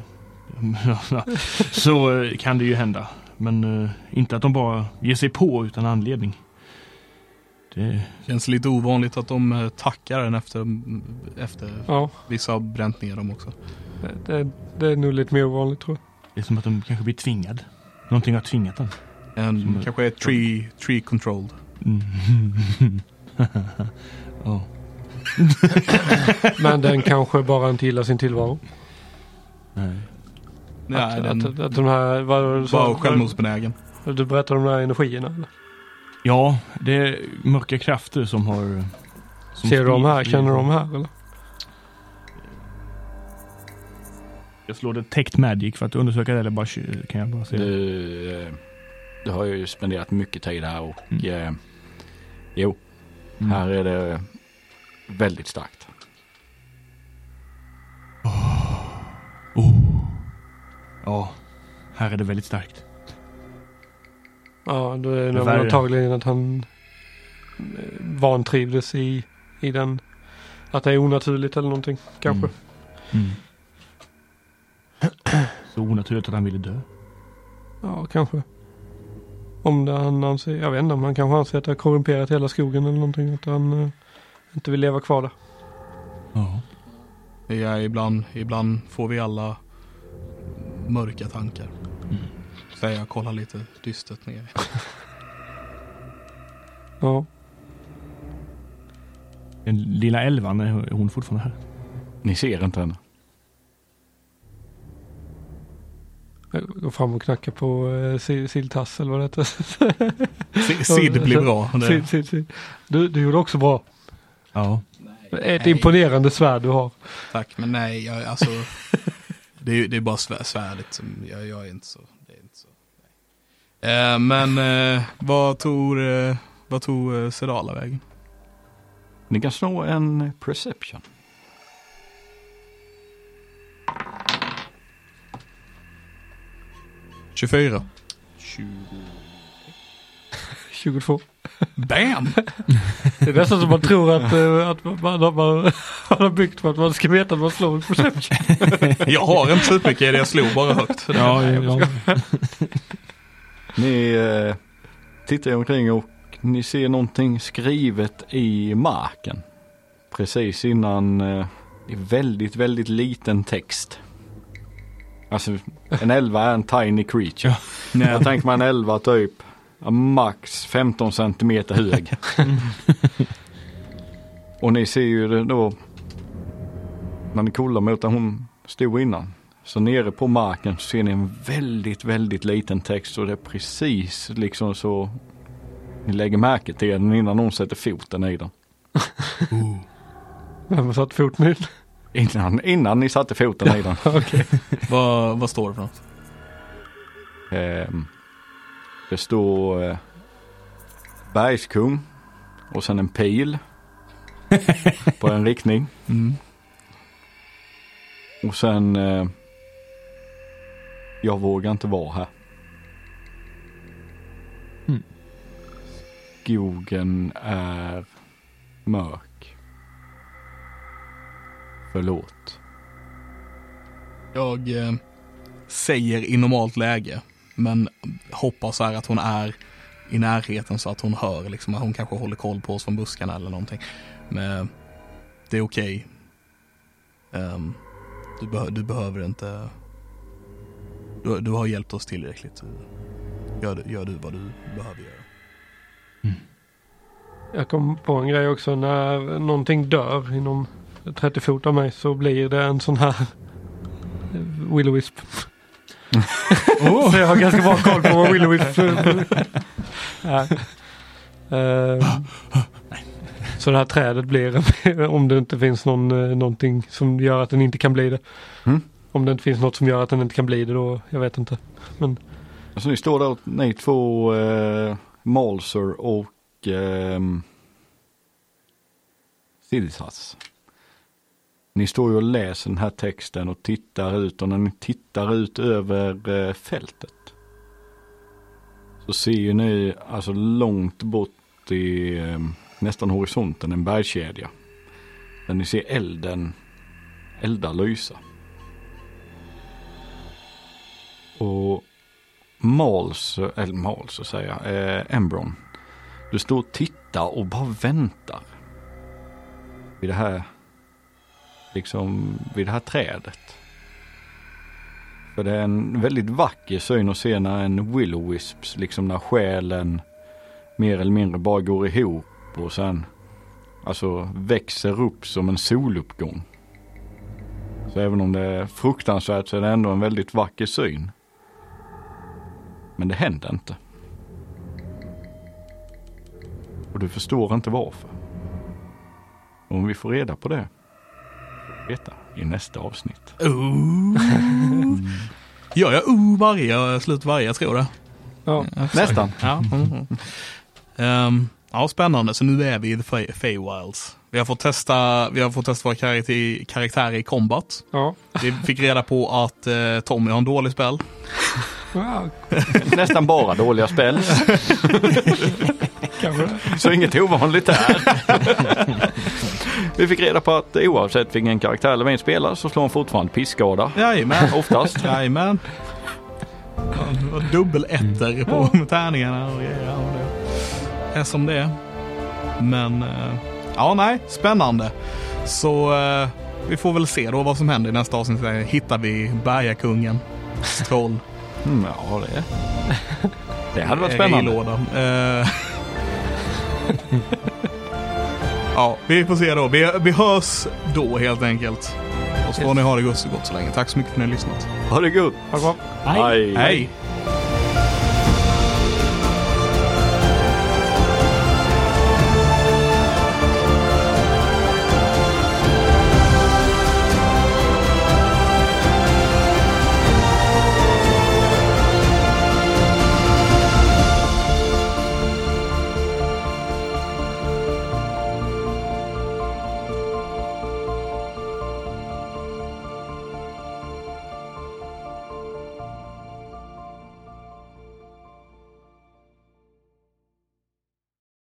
Speaker 4: så eh, kan det ju hända. Men eh, inte att de bara ger sig på utan anledning. Det,
Speaker 1: Känns lite ovanligt att de eh, tackar den efter, efter
Speaker 3: Ja,
Speaker 1: vissa har bränt ner dem också.
Speaker 3: det, det är nog lite mer ovanligt tror jag.
Speaker 4: Det är som att de kanske blir tvingad. Någonting har tvingat dem.
Speaker 1: En,
Speaker 4: Som-
Speaker 1: kanske är tree, tree controlled.
Speaker 4: Ja.
Speaker 3: Men den kanske bara inte gillar sin tillvaro.
Speaker 4: Nej.
Speaker 1: Nej,
Speaker 3: att,
Speaker 1: den,
Speaker 3: att, att de här, vad var det du
Speaker 1: bara
Speaker 3: sa?
Speaker 1: självmordsbenägen.
Speaker 3: Du berättade om de här energierna. Eller?
Speaker 4: Ja, det är mörka krafter som har... eh, Som
Speaker 3: Ser du de här?
Speaker 4: sprids i-
Speaker 3: Känner du de här eller?
Speaker 4: Jag slår detect magic för att undersöka det eller bara tj- kan jag bara se. Det.
Speaker 2: Du, eh, du har ju spenderat mycket tid här och eh, jo,
Speaker 4: Mm.
Speaker 2: här är det väldigt starkt.
Speaker 4: Ja, Oh. här är det väldigt starkt.
Speaker 3: Ja, då är det
Speaker 4: Det
Speaker 3: nog
Speaker 4: värre.
Speaker 3: antagligen att han eh, vantrivdes i, i den. Att det är onaturligt eller någonting kanske.
Speaker 4: Mm. Så onaturligt att han ville dö.
Speaker 3: Ja, kanske. Om det han anser, jag vet inte, om han kanske anser att det har korrumperat hela skogen eller någonting. Att han eh, inte vill leva kvar där.
Speaker 4: Ja.
Speaker 1: Ja, ibland, ibland får vi alla mörka tankar. Säger jag, kollar lite dystert ner.
Speaker 3: Ja,
Speaker 4: Den lilla elvan, är hon fortfarande här?
Speaker 2: Ni ser inte henne.
Speaker 3: jag går fram och knackar på eh, si- Siltass eller vad det heter.
Speaker 1: Si- Sid blir bra.
Speaker 3: Sil,
Speaker 1: Det,
Speaker 3: sil, sil. Du, du gjorde också bra.
Speaker 4: Ja.
Speaker 3: Ett imponerande svärd du har.
Speaker 1: tack, men nej, jag, alltså. Det är, ju- det är bara svär, svärdet som, jag, jag är inte så. Det är inte så nej. Eh, men eh, vad tog, eh, vad tog eh, Sedala vägen?
Speaker 2: Ni kan slå en perception.
Speaker 1: Tjugofyra.
Speaker 4: 20.
Speaker 3: 22.
Speaker 1: Bam!
Speaker 3: Det är nästan som man tror att, eh, att man, man, man, man har byggt för att man ska veta att man slår ett perception.
Speaker 1: Jag har inte supermycket i det, jag slog bara högt.
Speaker 4: Ja, ja.
Speaker 2: Ni eh, tittar er omkring och ni ser någonting skrivet i marken. Precis innan, eh, det är väldigt, väldigt liten text. Alltså en elva är en tiny creature.
Speaker 1: Nej,
Speaker 2: Jag tänker mig en elva typ ja, max 15 centimeter hög. och ni ser ju det då när ni kollar mot där hon stod innan. Så nere på marken så ser ni en väldigt, väldigt liten text och det är precis liksom så ni lägger märke till den innan någon sätter foten i den.
Speaker 3: Vem har satt fot nu?
Speaker 2: Innan, innan ni satte foten i den.
Speaker 1: vad, vad står det för något?
Speaker 2: Ehm, Det står eh, bergskung och sen en pil på en riktning.
Speaker 1: Mm.
Speaker 2: Och sen eh, jag vågar inte vara här.
Speaker 4: Mm.
Speaker 2: Skogen är mörk. Förlåt.
Speaker 1: Jag eh, säger i normalt läge, men hoppas här att hon är i närheten så att hon hör, liksom, att hon kanske håller koll på oss från buskarna eller någonting. Men eh, det är okej. Ehm, du, beh- du behöver inte... Du, du har hjälpt oss tillräckligt. Gör, du- gör du vad du behöver göra.
Speaker 3: Jag kom på en grej också. När någonting dör inom 30 fot av mig så blir det en sån här willow wisp. så jag har ganska bra koll på vad willow wisp är. Eh, Så det här trädet blir, om det inte finns någon, eh, någonting som gör att den inte kan bli det.
Speaker 2: Mm.
Speaker 3: Om det inte finns något som gör att den inte kan bli det då, jag vet inte.
Speaker 2: Alltså ni står där, ni två, eh, Malser och eh, Silsas. Ni står ju och läser den här texten och tittar ut och när ni tittar ut över eh, fältet så ser ju ni alltså långt bort i eh, nästan horisonten en bergskedja. Där ni ser elden, eldar lysa. Och Mals, eller Mals så säger jag, eh, Embron. Du står och tittar och bara väntar. Vid det här, liksom vid det här trädet. För det är en väldigt vacker syn att se när en willow wisps, liksom när själen mer eller mindre bara går ihop och sen alltså växer upp som en soluppgång. Så även om det är fruktansvärt så är det ändå en väldigt vacker syn. Men det händer inte. Och du förstår inte varför. Om vi får reda på det, får vi veta i nästa avsnitt.
Speaker 1: Ooh. Gör jag ooh varje slut varje, jag tror det.
Speaker 3: Ja.
Speaker 2: Nästan.
Speaker 1: Ja. Mm. Ehm, ja, spännande. Så nu är vi i The Fey- Feywilds. Vi har fått testa, vi har fått testa våra karaktä- karaktärer i combat.
Speaker 3: ja.
Speaker 1: Vi fick reda på att eh, Tommy har en dålig spel.
Speaker 3: Wow,
Speaker 2: Nästan bara dåliga spel,
Speaker 3: kanske det.
Speaker 2: så inget ovanligt där. vi fick reda på att oavsett vilken karaktär Levin spelar så slår han fortfarande pisskada.
Speaker 1: Jajamän.
Speaker 2: Oftast.
Speaker 1: Jajamän. Ja, det var dubbel ettor på med tärningarna och grejer. Ja, det är som det är. Men, eh, ja nej, spännande. Så eh, vi får väl se då vad som händer i nästa avsnitt. Hittar vi bergakungen, troll,
Speaker 2: Mm, ja, det. Det hade varit
Speaker 1: eh,
Speaker 2: spännande.
Speaker 1: lådan. Eh, ja, vi får se då. Vi, vi hörs då helt enkelt. Och så får ni ha det gott så gott så länge. Tack så mycket för att ni har lyssnat.
Speaker 2: Ha det gott.
Speaker 3: Ha det bra.
Speaker 2: Hej.
Speaker 1: Hej.